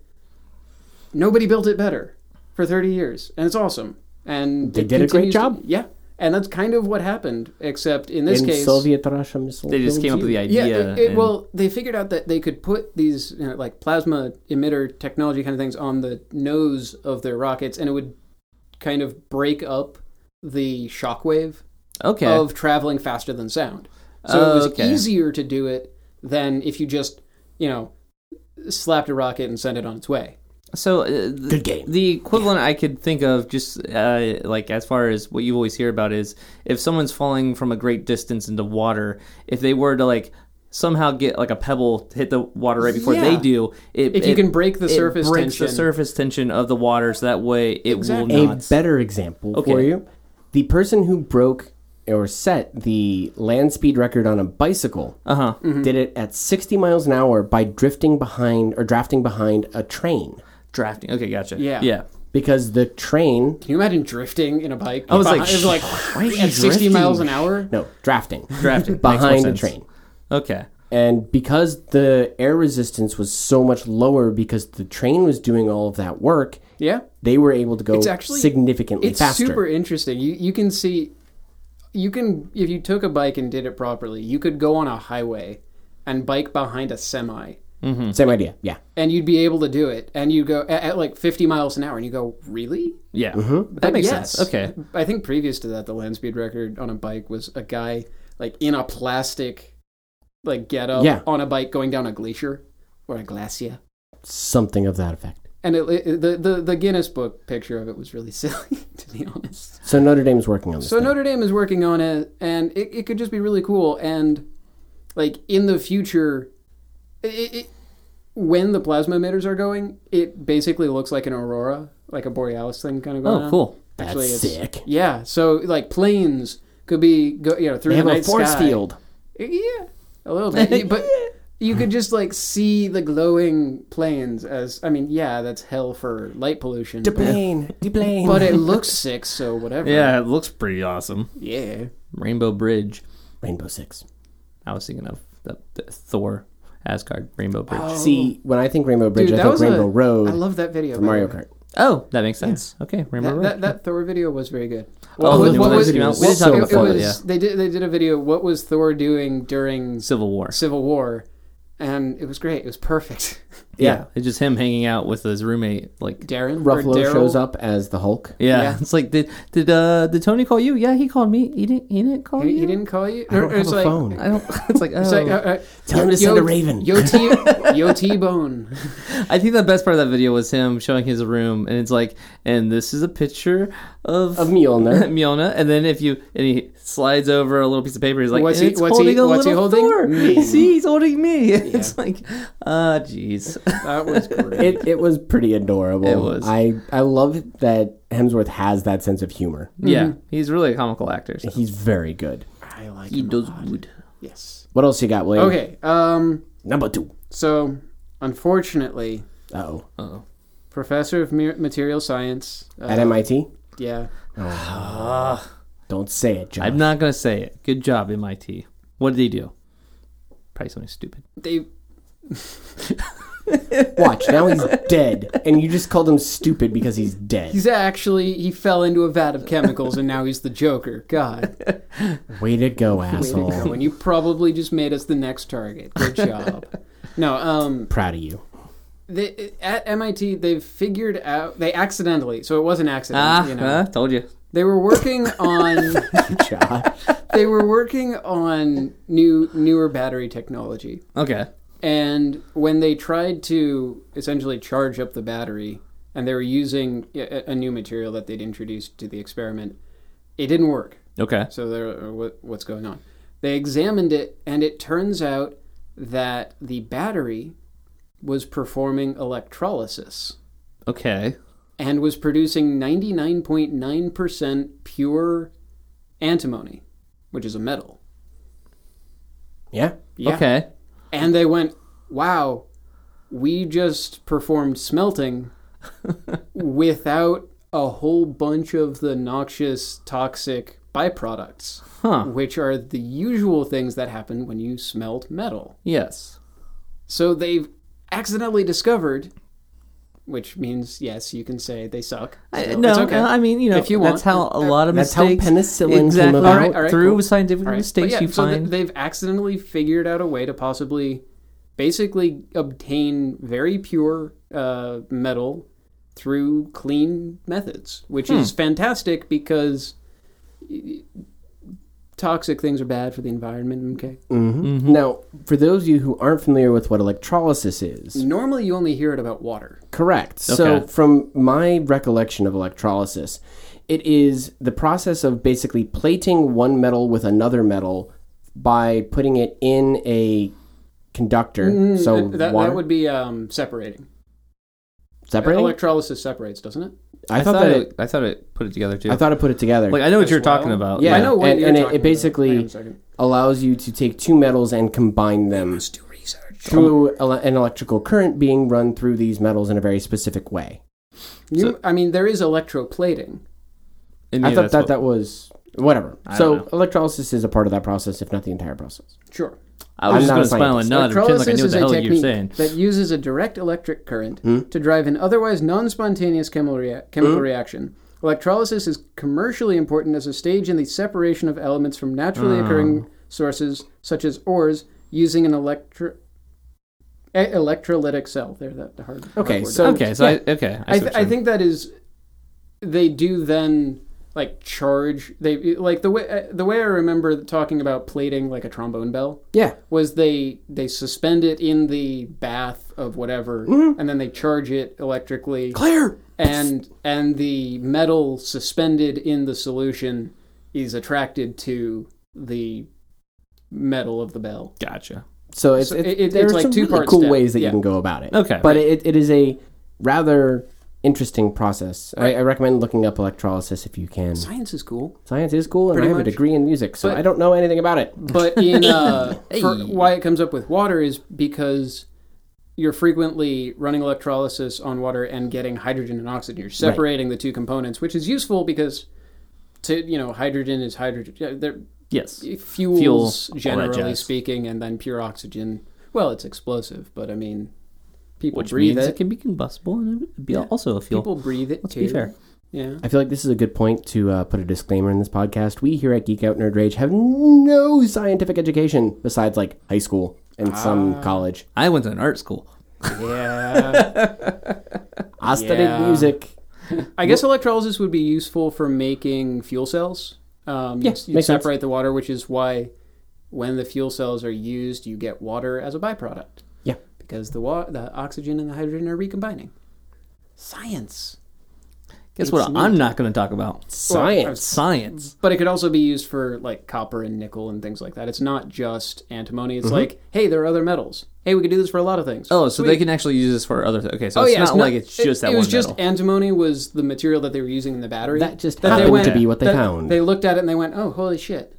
nobody built it better for thirty years, and it's awesome. And They it did a great continues job. to- yeah, and that's kind of what happened, except in this In case, Soviet Russia missile. They just builds came up you. with the yeah, idea. it, it- and- well, they figured out that they could put these you know, like plasma emitter technology kind of things on the nose of their rockets, and it would kind of break up the shockwave okay. of traveling faster than sound. So Oh, it was okay. easier to do it than if you just, you know, slapped a rocket and sent it on its way. So uh, th- Good game. The equivalent I could think of, just uh, like as far as what you always hear about, is if someone's falling from a great distance into water, if they were to like somehow get like a pebble to hit the water right before Yeah. they do, it, If you it- can break the it surface breaks the tension. surface tension of the water, so that way it Exactly. will a not. better example for Okay. you. The person who broke or set the land speed record on a bicycle Uh-huh. did it at 60 miles an hour by drifting behind or drafting behind a train drafting. Okay, gotcha. Yeah. yeah. because the train Can you imagine drifting in a bike? I was Behi- like, it was like why are you at 60 drifting? miles an hour? no drafting Drafting. Makes more behind a sense. train Okay. and because the air resistance was so much lower because the train was doing all of that work Yeah. they were able to go It's actually- significantly It's faster super interesting. You you can see you can if you took a bike and did it properly, you could go on a highway and bike behind a semi Mm-hmm. same idea yeah and you'd be able to do it and you go at, at like 50 miles an hour and you go, "Really?" Yeah. But Mm-hmm. That makes Mm-hmm. yes. sense. Okay. I think previous to that, the land speed record on a bike was a guy like in a plastic like get up Yeah. on a bike going down a glacier or a glacier. something of that effect And it, it- the, the the Guinness Book picture of it was really silly, to be honest. so notre dame's working on this So thing. Notre Dame is working on it, and it, it could just be really cool. And like in the future, it, it, when the plasma emitters are going, it basically looks like an aurora, like a borealis thing, kind of going. Oh, on. cool. that's Actually, it's- sick Yeah, so like planes could be go, you know through they have the a night force sky. field Yeah, a little bit, You- but you could just like see the glowing planes. As I mean, yeah, that's hell for light pollution. But, Deplane, deplane. but it looks sick, so whatever. Yeah, it looks pretty awesome. yeah. Rainbow Bridge. Rainbow Six. I was thinking of the, the Thor, Asgard, Rainbow Bridge. Oh, See, when I think Rainbow Bridge, Dude, I that think was Rainbow a- Road I love that video. for by the Mario way. Kart. Oh, that makes sense. Okay, Rainbow That, Bridge. that, that Thor video was very good. Oh, the one that came out? We did talk it- about it Thor, was- yeah. They did. They did a video. What was Thor doing during Civil War. Civil War? and it was great. It was perfect. Yeah. Yeah. It's just him hanging out with his roommate. Like, Darren or Ruffalo Daryl. shows up as the Hulk. yeah. Yeah. It's like, did did uh did Tony call you? Yeah, he called me. He didn't. He didn't call He, you. he didn't call you. I don't Or- or have it's a like, phone. I don't. It's like, oh. It's like, uh, uh, Tell him to send a raven. Yo T Yo T Bone. I think the best part of that video was him showing his room, and it's like, and this is a picture of, Of Mjolnir. Mjolnir, and then if you and he slides over a little piece of paper, he's like, What's "And he- it's what's he- holding a what's he little holding? Thor. Me. See, he's holding me. It's like, ah, jeez. That was great. It it was pretty adorable. It was. I I love that Hemsworth has that sense of humor. Yeah, he's really a comical actor. So. He's very good. I like He does good. Yes. What else you got, William? Okay. Um. Number two. So, unfortunately, Oh, Oh, professor of ma- material science. Uh, at MIT. yeah. Don't say it, John. I'm not gonna say it. Good job, MIT. What did he do? Probably something stupid. They. Watch now he's dead, and you just called him stupid because he's dead. He's actually he fell into a vat of chemicals and now he's the Joker. God. Way to go, Way to asshole! go. And you probably just made us the next target. Good job. No, um, Proud of you. they, at MIT they've figured out they accidentally, so it was an accident. Ah, you know, huh, told you. they were working on Josh. they were working on new newer battery technology, Okay. and when they tried to essentially charge up the battery, and they were using a, a new material that they'd introduced to the experiment, it didn't work. Okay. So there, uh, what, what's going on? They examined it, and it turns out that the battery was performing electrolysis Okay. and was producing 99.9% pure antimony, which is a metal. Yeah. Yeah. Okay. And they went, wow, we just performed smelting without a whole bunch of the noxious, toxic byproducts. Huh. which are the usual things that happen when you smelt metal. Yes. So they've accidentally discovered, which means yes, you can say they suck. I, So no, it's okay. I mean you know If you that's how want. a lot of That's how mistakes penicillin came exactly about. All right, all right, through cool. scientific All right. mistakes But yeah, you so th- find. they've accidentally figured out a way to possibly, basically, obtain very pure uh, metal through clean methods, which Hmm. is fantastic because. y- y- Toxic things are bad for the environment. Okay, Mm-hmm. Now, for those of you who aren't familiar with what electrolysis is, normally you only hear it about water. correct. So, Okay. from my recollection of electrolysis, it is the process of basically plating one metal with another metal by putting it in a conductor. so, Th- Mm, that, water that would be um, separating. separating. Electrolysis separates, doesn't it? I thought that it, I thought it put it together too. I thought it put it together. like I know what As you're well. talking about. Yeah, I know what and- you're and it- talking it basically- about. Hang on a second. allows you to take two metals and combine them through ele- an electrical current being run through these metals in a very specific way. You, I mean, there is electroplating. And I yeah, thought that's that what- that was whatever. I So don't electrolysis is a part of that process, if not the entire process. Sure. I was I'm just not going a to smile and nod and pretend like I knew what the hell you were saying. that uses a direct electric current Hmm? to drive an otherwise non-spontaneous chemical, rea- chemical reaction. Electrolysis is commercially important as a stage in the separation of elements from naturally Ah. occurring sources such as ores using an electro e- electrolytic cell. There, that the hard. hard Okay, word. so Okay, so I okay. I, I, see th- what you're I think that is they do then like charge they like the way uh, the way I remember talking about plating like a trombone bell yeah, was they they suspend it in the bath of whatever and then they charge it electrically Claire. and and the metal suspended in the solution is attracted to the metal of the bell. saying. Gotcha. So it's, So it's, it- it's there's like some two really parts cool step. ways that you Yeah. can go about it. Okay. but it, it is a rather interesting process. I, I recommend looking up electrolysis if you can. Science is cool. Science is cool, and Pretty I have much. a degree in music, so But- I don't know anything about it. but in uh, for why it comes up with water is because you're frequently running electrolysis on water and getting hydrogen and oxygen. You're separating the two components, which is useful because to you know hydrogen is hydrogen. yeah, They're Yes. Fuel, all fuels that generally jazz. speaking, and then pure oxygen. Well, it's explosive, but I mean, people Which breathe means it. it can be combustible and it would be also a fuel. People breathe it. Let's be fair. Yeah. I feel like this is a good point to uh, put a disclaimer in this podcast. We here at Geek Out Nerd Rage have no scientific education besides like high school. in Ah. some college. I went to an art school. Yeah. I studied Yeah. music. I guess electrolysis would be useful for making fuel cells. Um, you Yeah, you makes sense. separate the water, which is why when the fuel cells are used, you get water as a byproduct. Yeah. Because the wa- the oxygen and the hydrogen are recombining. Science. Guess It's what? neat. I'm not going to talk about Science. science. But it could also be used for like copper and nickel and things like that. It's not just antimony. Mm-hmm. It's like, hey, there are other metals. Hey, we could do this for a lot of things. Oh, so Sweet. they can actually use this for other. Th- okay, Oh, so it's not like it's it- just that It was one just metal. antimony was the material that they were using in the battery. That just they happened to went- be what they that- found. They looked at it and they went, "Oh, holy shit!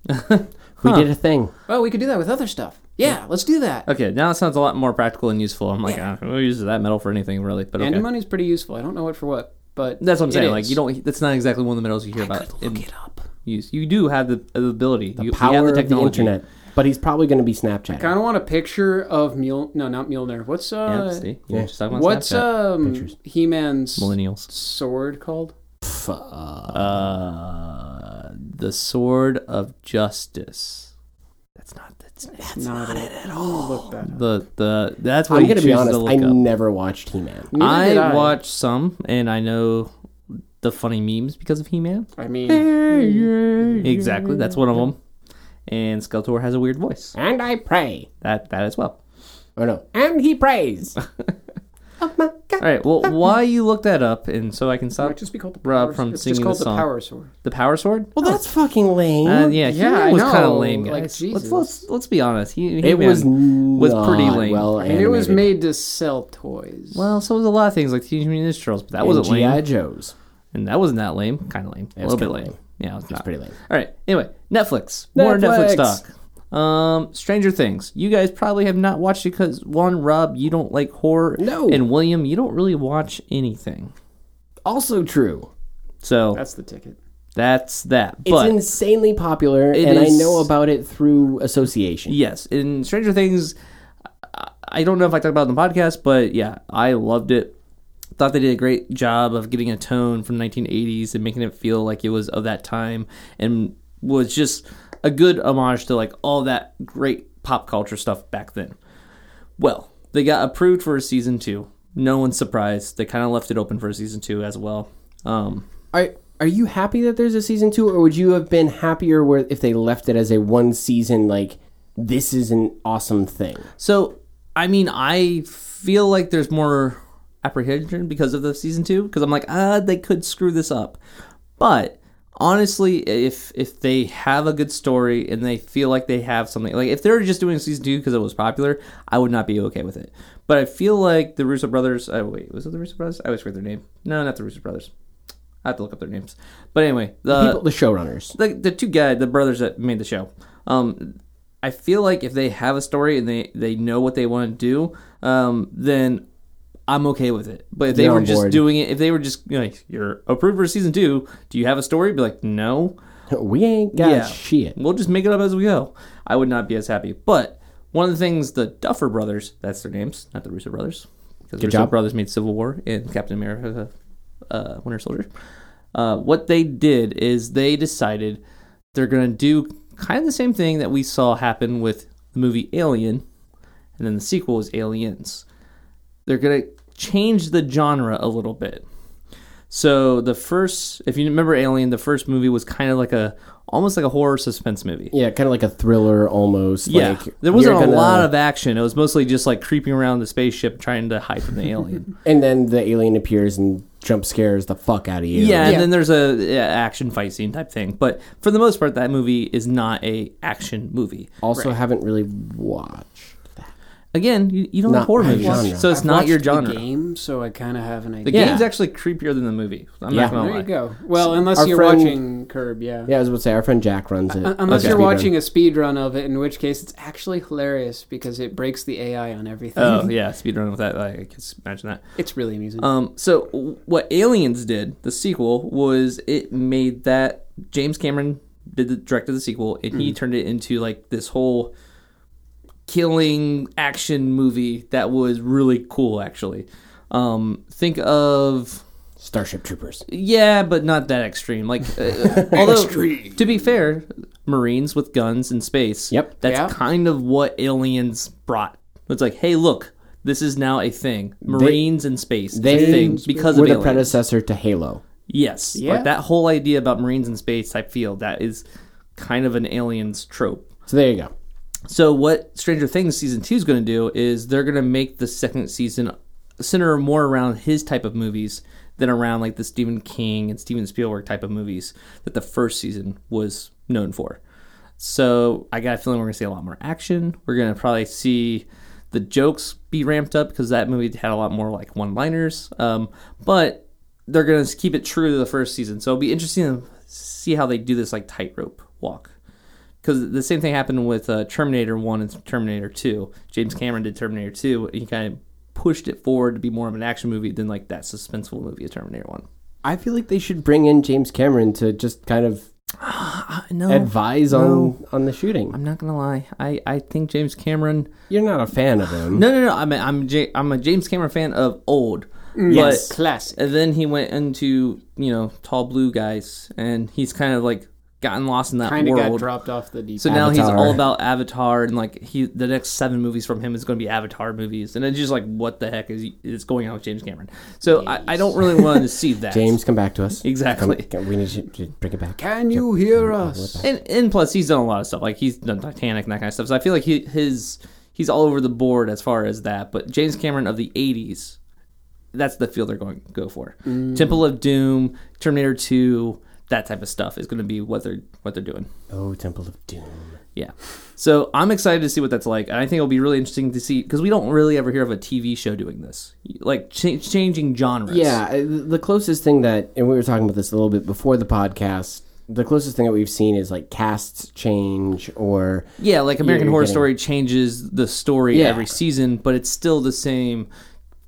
We did a thing. Oh, we could do that with other stuff. Yeah, let's do that." Okay, now it sounds a lot more practical and useful. I'm like, ah, we'll use that metal for anything really. But okay, Antimony is pretty useful. I don't know what for what, but that's what I'm it saying. is. Like you don't. That's not exactly one of the metals you hear about. in Get up. use. You do have the ability. you, you Power have the of the technology. internet. But he's probably going to be Snapchat. Kind of want a picture of Mule. No, not Mjolnir. What's Yeah, uh? see, You were just talking about what's Snapchat. um? He-Man's millennials? sword called? Uh, the sword of justice. That's not. That's, that's Not, it at all. Look that up. the the. That's what I'm he going to be chooses honest. to I look up. never watched He-Man. Neither did I watched some, and I know the funny memes because of He-Man. I mean, Exactly, that's one of them. And Skeletor has a weird voice. And I pray. That that as well. Oh no. And he prays. oh my God. All right. Well, why you look that up, and so I can might stop just be called the Rob power, from it's singing just the called song. the power sword. the power sword. Well, that's fucking lame. Uh, yeah, Yeah, He-Man I was kind know, of lame, guys. like, let's, Jesus. let's let's be honest. He, it He-Man was was pretty not lame. Well, And it was animated. made to sell toys. well, so was a lot of things like Teenage Mutant Ninja Turtles, but that wasn't And lame, GI Joe's. and that wasn't that lame. Kind of lame, a was little bit kinda lame. lame. Yeah, it's not Pretty lame. All right. Anyway, Netflix. More Netflix Netflix. talk. Um, Stranger Things. You guys probably have not watched it because one, Rob, you don't like horror. No. And William, you don't really watch anything. Also true. So that's, That's the ticket. that. It's But insanely popular, It and is- I know about it through association. yes, in Stranger Things, I- I don't know if I talked about it on the podcast, but yeah, I loved it. Thought they did a great job of getting a tone from 1980s and making it feel like it was of that time, and was just a good homage to like all that great pop culture stuff back then. Well, they got approved for a season two. No one's surprised. They kind of left it open for a season two as well. Um, Are Are you happy that there's a season two, or would you have been happier where if they left it as a one season like? This is an awesome thing. So, I mean, I feel like there's more apprehension because of the season two because I'm like, ah, they could screw this up. But honestly, if if they have a good story and they feel like they have something, like if they're just doing season two because it was popular, I would not be okay with it. But I feel like the Russo brothers. Oh wait, was it the Russo brothers? I always forget their name. No, not the Russo brothers. I have to look up their names. But anyway, the People, the showrunners. the the two guys, the brothers that made the show. Um, I feel like if they have a story and they they know what they want to do, um, then I'm okay with it. But if they You're were on just board. doing it, if they were just you know, like you're approved for season two, do you have a story? Be like, no, We ain't got Yeah. shit. we'll just make it up as we go. I would not be as happy. But one of the things the Duffer brothers, that's their names, not the Russo brothers, because the Russo job. brothers made Civil War and Captain America uh, Winter Soldier. Uh, what they did is they decided they're going to do kind of the same thing that we saw happen with the movie Alien, and then the sequel was Aliens. They're going to change the genre a little bit. So the first, if you remember Alien, the first movie was kind of like a almost like a horror suspense movie. Yeah, kind of like a thriller almost. Yeah, like, there wasn't a you're gonna- lot of action. It was mostly just like creeping around the spaceship trying to hide from the alien. And then the alien appears and jump scares the fuck out of you. yeah, and then there's a yeah, action fight scene type thing. But for the most part, that movie is not a action movie. Also, haven't really watched. Again, you, you don't Not like horror my movies, genre. so it's I've not your watched the genre. The, game, so I kind of have an idea. Yeah. game's actually creepier than the movie. I'm Yeah. not gonna There lie. you go. Well, unless Our you're friend- watching Curb, yeah. Yeah, I was about to say our friend Jack runs it. Un- Uh, unless Okay. you're Speedrun. watching a speed run of it, in which case it's actually hilarious because it breaks the AI on everything. Oh yeah, speedrun with that. Like, I can imagine that. It's really amusing. Um, so w- what Aliens did, the sequel, was it made that James Cameron did the, directed the sequel, and he turned it into like this whole killing action movie that was really cool. Actually, um, think of Starship Troopers. yeah, but not that extreme. Like, uh, although to be fair, Marines with guns in space. Yep. That's Yeah. kind of what aliens brought. It's like, hey, look, this is now a thing. Marines in space. It's a they thing because were of the aliens. predecessor to Halo. Yes. Yeah. Like that whole idea about Marines in space, I feel that is kind of an aliens trope. So there you go. So what Stranger Things season two is going to do is they're going to make the second season center more around his type of movies than around like the Stephen King and Steven Spielberg type of movies that the first season was known for. So I got a feeling we're going to see a lot more action. We're going to probably see the jokes be ramped up because that movie had a lot more like one-liners. Um, but they're going to keep it true to the first season. So it'll be interesting to see how they do this like tightrope walk because the same thing happened with uh, Terminator One and Terminator Two. James Cameron did Terminator Two. And he kind of pushed it forward to be more of an action movie than like that suspenseful movie of Terminator One. I feel like they should bring in James Cameron to just kind of no, advise on on the shooting. I'm not gonna lie. I, I think James Cameron. You're not a fan of him. No, no, no. I'm a, I'm J, I'm a James Cameron fan of old. Yes. But, Mm. Classic. and then he went into you know tall blue guys, and he's kind of like gotten lost in that Kind of got world. dropped off the deep. So end. now he's Avatar. all about Avatar, and like he, the next seven movies from him is going to be Avatar movies, and it's just like, what the heck is is going on with James Cameron? So I, I don't really want to see that, James, come back to us. Come, Exactly, come- we need you to bring it back. Can you hear us? and and plus he's done a lot of stuff, like he's done Titanic and that kind of stuff. So I feel like he his he's all over the board as far as that. But James Cameron of the '80s, that's the feel they're going to go for. Mm. Temple of Doom, Terminator Two, that type of stuff is going to be what they're what they're doing. Oh, Temple of Doom. Yeah. So I'm excited to see what that's like. And I think it'll be really interesting to see because we don't really ever hear of a TV show doing this, like cha- changing genres. Yeah, uh, the closest thing that, and we were talking about this a little bit before the podcast. The closest thing that we've seen is like casts change or Yeah. Like American You're Horror getting- Story changes the story Yeah. every season, but it's still the same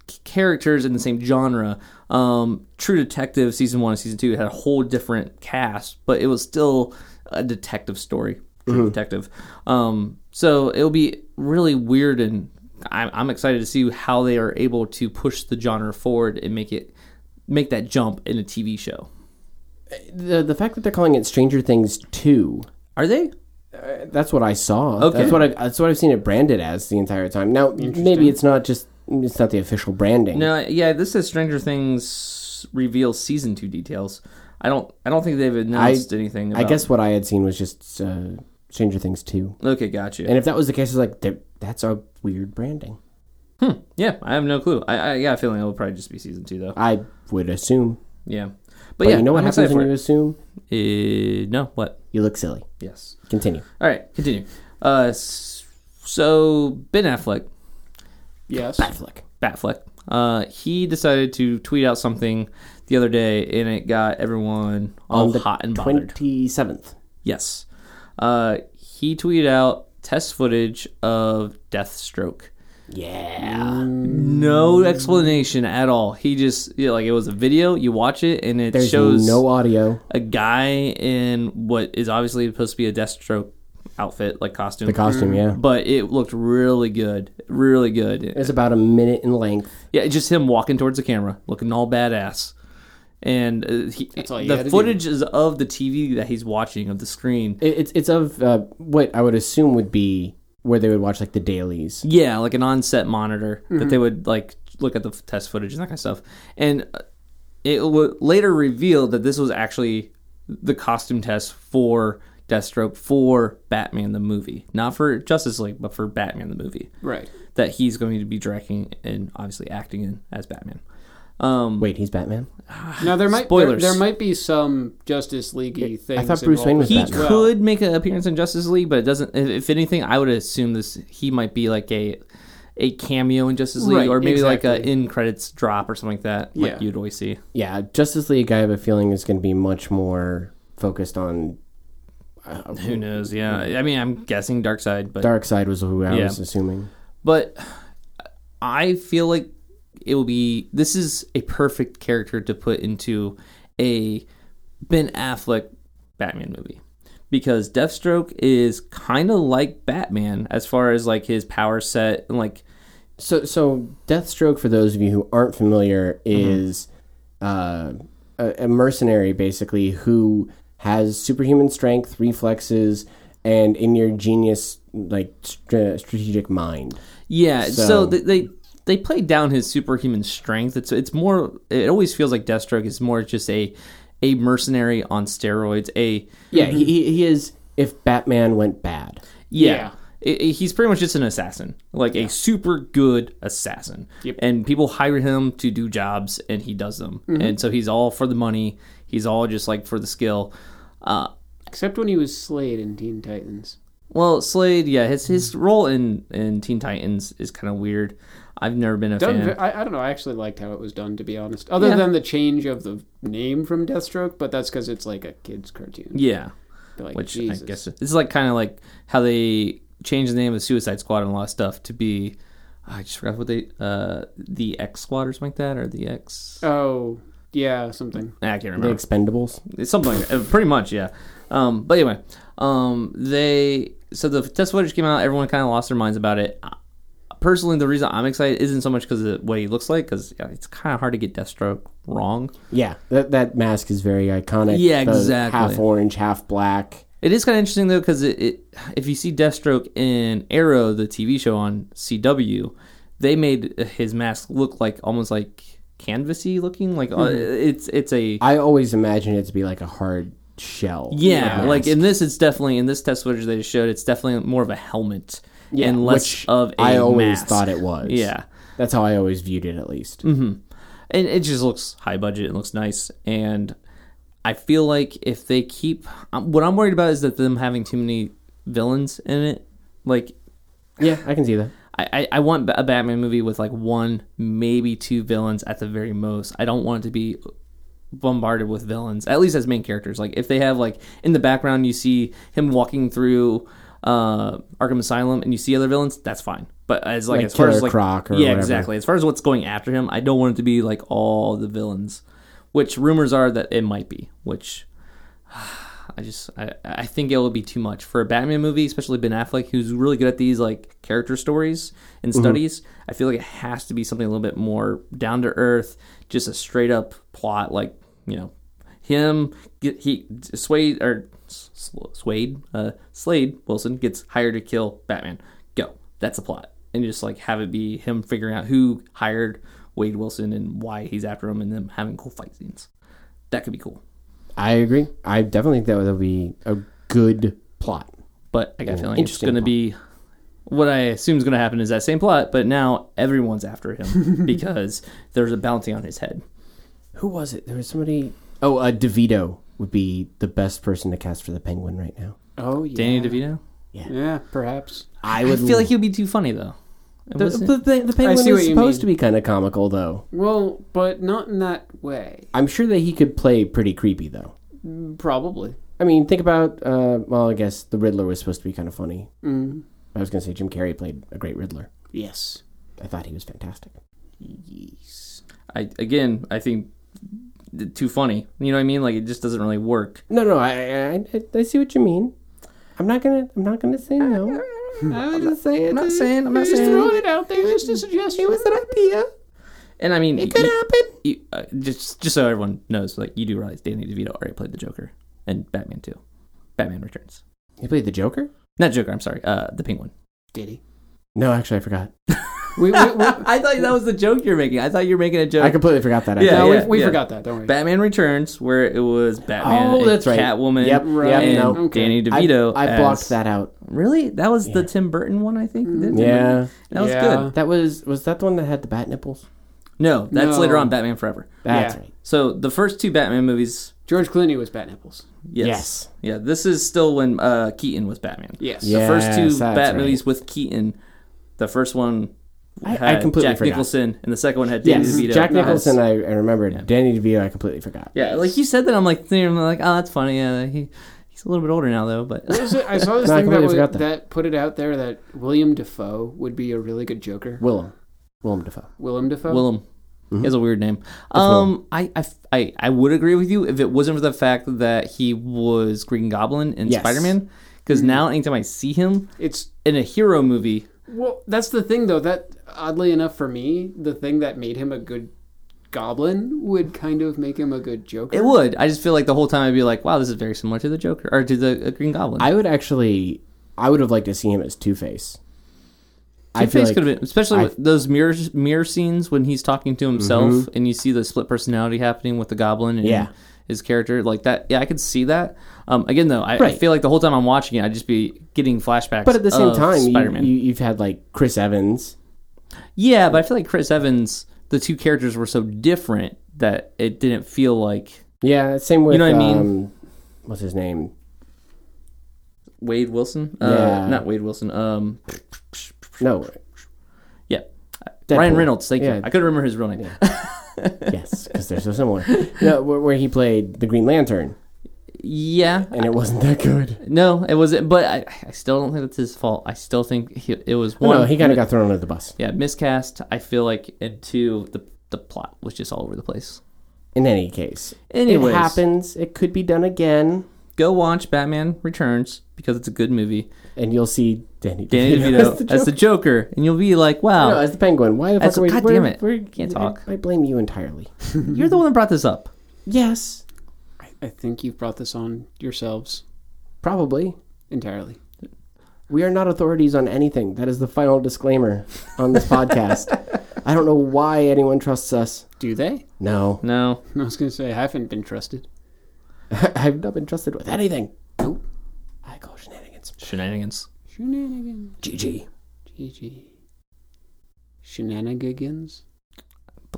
c- characters in the same genre. Um, True Detective season one and season two had a whole different cast, but it was still a detective story. True Detective. Um, so it'll be really weird, and I'm, I'm excited to see how they are able to push the genre forward and make it make that jump in a TV show. the the fact that they're calling it Stranger Things two. uh, Are they? That's what I saw. That's what I that's what I've seen it branded as the entire time. Now maybe it's not just it's not the official branding. No. Yeah. This says Stranger Things reveals season two details. I don't. I don't think they've announced anything. I About, guess what I had seen was just uh, Stranger Things two. Okay. Gotcha. And if that was the case, it's like "Th- that's a weird branding. Yeah, I have no clue. I, I got a feeling it'll probably just be season two though. I would assume. Yeah, but, But yeah, you know what I'm happens excited when for you assume? it. Uh, no, what? You look silly. Yes. Continue. All right, continue. Uh, s- so Ben Affleck, Yes. Batfleck. Batfleck, uh, he decided to tweet out something the other day, and it got everyone all hot and bothered. Twenty seventh. Yes. Uh, he tweeted out test footage of Deathstroke. Yeah. No explanation at all. He just yeah, like it was a video. You watch it, and it There's shows no audio. a guy in what is obviously supposed to be a Deathstroke outfit, like costume. The costume, yeah. but it looked really good, really good. It's about a minute in length. Yeah, just him walking towards the camera, looking all badass. And uh, he, all you had to the do. footage is of the TV that he's watching of the screen. It, it's it's of uh, what I would assume would be where they would watch like the dailies. Yeah, like an on-set monitor that Mm-hmm. they would like look at the f- test footage and that kind of stuff. And uh, it w- later revealed that this was actually the costume test for Deathstroke for Batman the movie, not for Justice League, but for Batman the movie Right. that he's going to be directing and obviously acting in as Batman. Um, Wait, he's Batman. Now there might there, Spoilers. there might be some Justice League things. I thought Bruce Wayne was he Batman. could make an appearance in Justice League, but it doesn't. If, if anything, I would assume this he might be like a a cameo in Justice League, Right, or maybe like a exactly. in credits drop or something like that. Yeah. Like you'd always see. Yeah, Justice League. I have a feeling is going to be much more focused on. Who knows? Yeah, I mean, I'm guessing Dark Side, but Dark Side was who I Yeah. was assuming. but I feel like it will be. This is a perfect character to put into a Ben Affleck Batman movie because Deathstroke is kind of like Batman as far as like his power set and like So, so Deathstroke, for those of you who aren't Mm-hmm. familiar, is uh, a, a mercenary basically who has superhuman strength, reflexes, and in your genius like stra- strategic mind. Yeah, so, So- they, they they play down his superhuman strength. It's it's more. It always feels like Deathstroke is more just a a mercenary on steroids. A Yeah, Mm-hmm. he he, he is. If Batman went bad, yeah. I- I- He's pretty much just an assassin, like a super good assassin. Yep. And people hire him to do jobs, and he does them. Mm-hmm. And so he's all for the money. He's all just like for the skill. Uh, Except when he was Slade in Teen Titans. well, Slade, yeah, his his role in in Teen Titans is kind of weird. I've never been a Done, fan. ve- I, I don't know. I actually liked how it was done, to be honest. Other Yeah. than the change of the name from Deathstroke, but that's because it's like a kids' cartoon. yeah. But, like, which Jesus. I guess this is like kind of like how they changed the name of Suicide Squad and a lot of stuff to be. I just forgot what they uh the X Squad or something like that or the X. Oh, yeah, something. I can't the remember. Expendables. It's something like that. Uh, pretty much yeah. Um, but anyway, um, they so the test footage came out. Everyone kind of lost their minds about it. Uh, Personally, the reason I'm excited isn't so much because of what he looks like, because it's kind of hard to get Deathstroke wrong. Yeah, that that mask is very iconic. Yeah, The exactly. Half orange, half black. It is kind of interesting though, because it, it if you see Deathstroke in Arrow, the TV show on CW, they made his mask look like almost like canvasy looking. Like uh, it's it's a I always imagine it to be like a hard shell. yeah. of Like mask. in this, it's definitely in this test footage they just showed. It's definitely more of a helmet and less which of a I always mask. thought it was. Yeah. mm-hmm. that's how I always viewed it, at least. and it just looks high budget and looks nice and i feel like if they keep um, what i'm worried about is that them having too many villains in it like Yeah, I can see that. I, I- I want a batman movie with like one maybe two villains at the very most i don't want it to be bombarded with villains at least as main characters like if they have like in the background you see him walking through uh arkham asylum and you see other villains that's fine but as like, Like as far as Killer like Croc or yeah whatever. exactly as far as what's going after him i don't want it to be like all the villains which rumors are that it might be which i just i, I think it will be too much for a batman movie especially ben affleck who's really good at these like character stories and studies i feel like it has to be something a little bit more down to earth just a straight up plot like you know him get he swayed or S- swayed uh, slade wilson gets hired to kill batman go that's a plot and just like have it be him figuring out who hired wade wilson and why he's after him and them having cool fight scenes that could be cool I agree. I definitely think that would be a good plot. but i got a feeling it's interesting going to plot. be what i assume is going to happen is that same plot but now everyone's after him because there's a bounty on his head Who was it? There was somebody. Oh, uh, DeVito would be the best person to cast for the Penguin right now. Oh, yeah. danny devito Yeah, perhaps. I i, would feel like he'd be too funny though The, the, the, the I Penguin see what is you supposed mean. to be kind of comical, though. Well, but not in that way. I'm sure that he could play pretty creepy, though. Probably. I mean, think about. Uh, well, I guess the Riddler was supposed to be kind of funny. Mm. I was going to say Jim Carrey played a great Riddler. Yes. I thought he was fantastic. Yes. I again, I think th- too funny. You know what I mean? Like it just doesn't really work. No, no, I, I, I, I see what you mean. I'm not gonna, I'm not gonna say no. I was just saying, I'm not saying, I'm not Just throwing it out there. Just a suggestion. It was an idea. And I mean, It could you- happen. you- uh, just just so everyone knows, like you do realize Danny DeVito already played the Joker and Batman too. Batman Returns, He played the Joker. not Joker. I'm sorry, uh, the Penguin. Did he? No, actually, I forgot. We, we, we, I thought that was the joke you're making. I thought you were making a joke. I completely forgot that. Yeah, no, actually. yeah. we, we forgot that. Don't worry. Batman Returns, where it was Batman, Oh, and that's right. Catwoman, Yep, Right. yep. and No, Okay. Danny I- DeVito. I, as- blocked that out. Really, that was the Yeah. Tim Burton one, I think. The Tim Burton- Yeah, that was Yeah. good. that was was that the one that had the bat nipples? No, that's No. later on, Batman Forever. That's Yeah. right. So the first two Batman movies George Clooney was Bat Nipples. Yes. Yes. Yeah, this is still when uh, Keaton was Batman. Yes. Yeah. The first two Yes, Bat that's right. movies with Keaton, the first one I- had I completely Jack forgot. Nicholson, and the second one had Danny yes, DeVito. Jack Yes. Nicholson. I, I remembered. Danny DeVito. I completely forgot. Yeah, like you said that, I'm like, thinking, I'm like, oh, that's funny. Yeah, he he's a little bit older now though, but What was it? I saw this No, I thing that, completely was, forgot that. that. put it out there that William Defoe would be a really good Joker. Willem, Willem Dafoe. Willem Defoe. Willem. Mm-hmm. He has a weird name. Um, I, I, I, I would agree with you if it wasn't for the fact that he was Green Goblin in Yes. Mm-hmm. Spider Man. Because now, anytime I see him It's in a hero movie, well, that's the thing though. That oddly enough for me, the thing that made him a good Goblin would kind of make him a good Joker. It would. I just feel like the whole time I'd be like, wow, this is very similar to the Joker or to the uh, Green Goblin. I would actually, I would have liked to see him as Two Face. Two Face could have been, especially with those mirror mirror scenes when he's talking to himself and you see the split personality happening with the Goblin and Mm-hmm. Yeah. his character like that. Yeah, I could see that. Um, again, though, I, I Right. feel like the whole time I'm watching it, I'd just be getting flashbacks. But at the same of time, you, Spider-Man. you, you've had like Chris Evans. yeah, but I feel like Chris Evans, the two characters were so different that it didn't feel like Yeah, same with know what I mean? um, what's his name? Wade Wilson. Uh, Yeah. not Wade Wilson. Um, No, yeah, Ryan Deadpool. Reynolds. Thank Yeah. you. I couldn't remember his real name. yes, because they're so similar. No, where, where he played the Green Lantern, yeah, and it wasn't that good. No, it wasn't. But I, I still don't think that's his fault. I still think he, it was one. Oh, no, he kind of got thrown under the bus. yeah miscast. I feel like and two the the plot was just all over the place. In any case, Anyways. it happens. It could be done again, Go watch Batman Returns because it's a good movie. and you'll see Danny Danny DeVito as DeVito the, as the Joker, and you'll be like, no, "Wow, as the Penguin. Why the fuck As- are we? God we're- damn it. we're- Can't I- talk. I blame you entirely. you're the one that brought this up." yes, I think you've brought this on yourselves probably. entirely. We are not authorities on anything. That is the final disclaimer on this podcast. I don't know why anyone trusts us. Do they? No, No, I was going to say, I haven't been trusted. I've not been trusted with anything. Nope. I call shenanigans. shenanigans. Shenanigans. GG. GG. Shenanigans?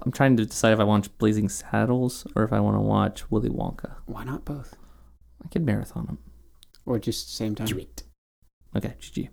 I'm trying to decide if I want to watch Blazing Saddles or if I want to watch Willy Wonka. Why not both? I could marathon them. Or just same time? Do it. Okay, GG.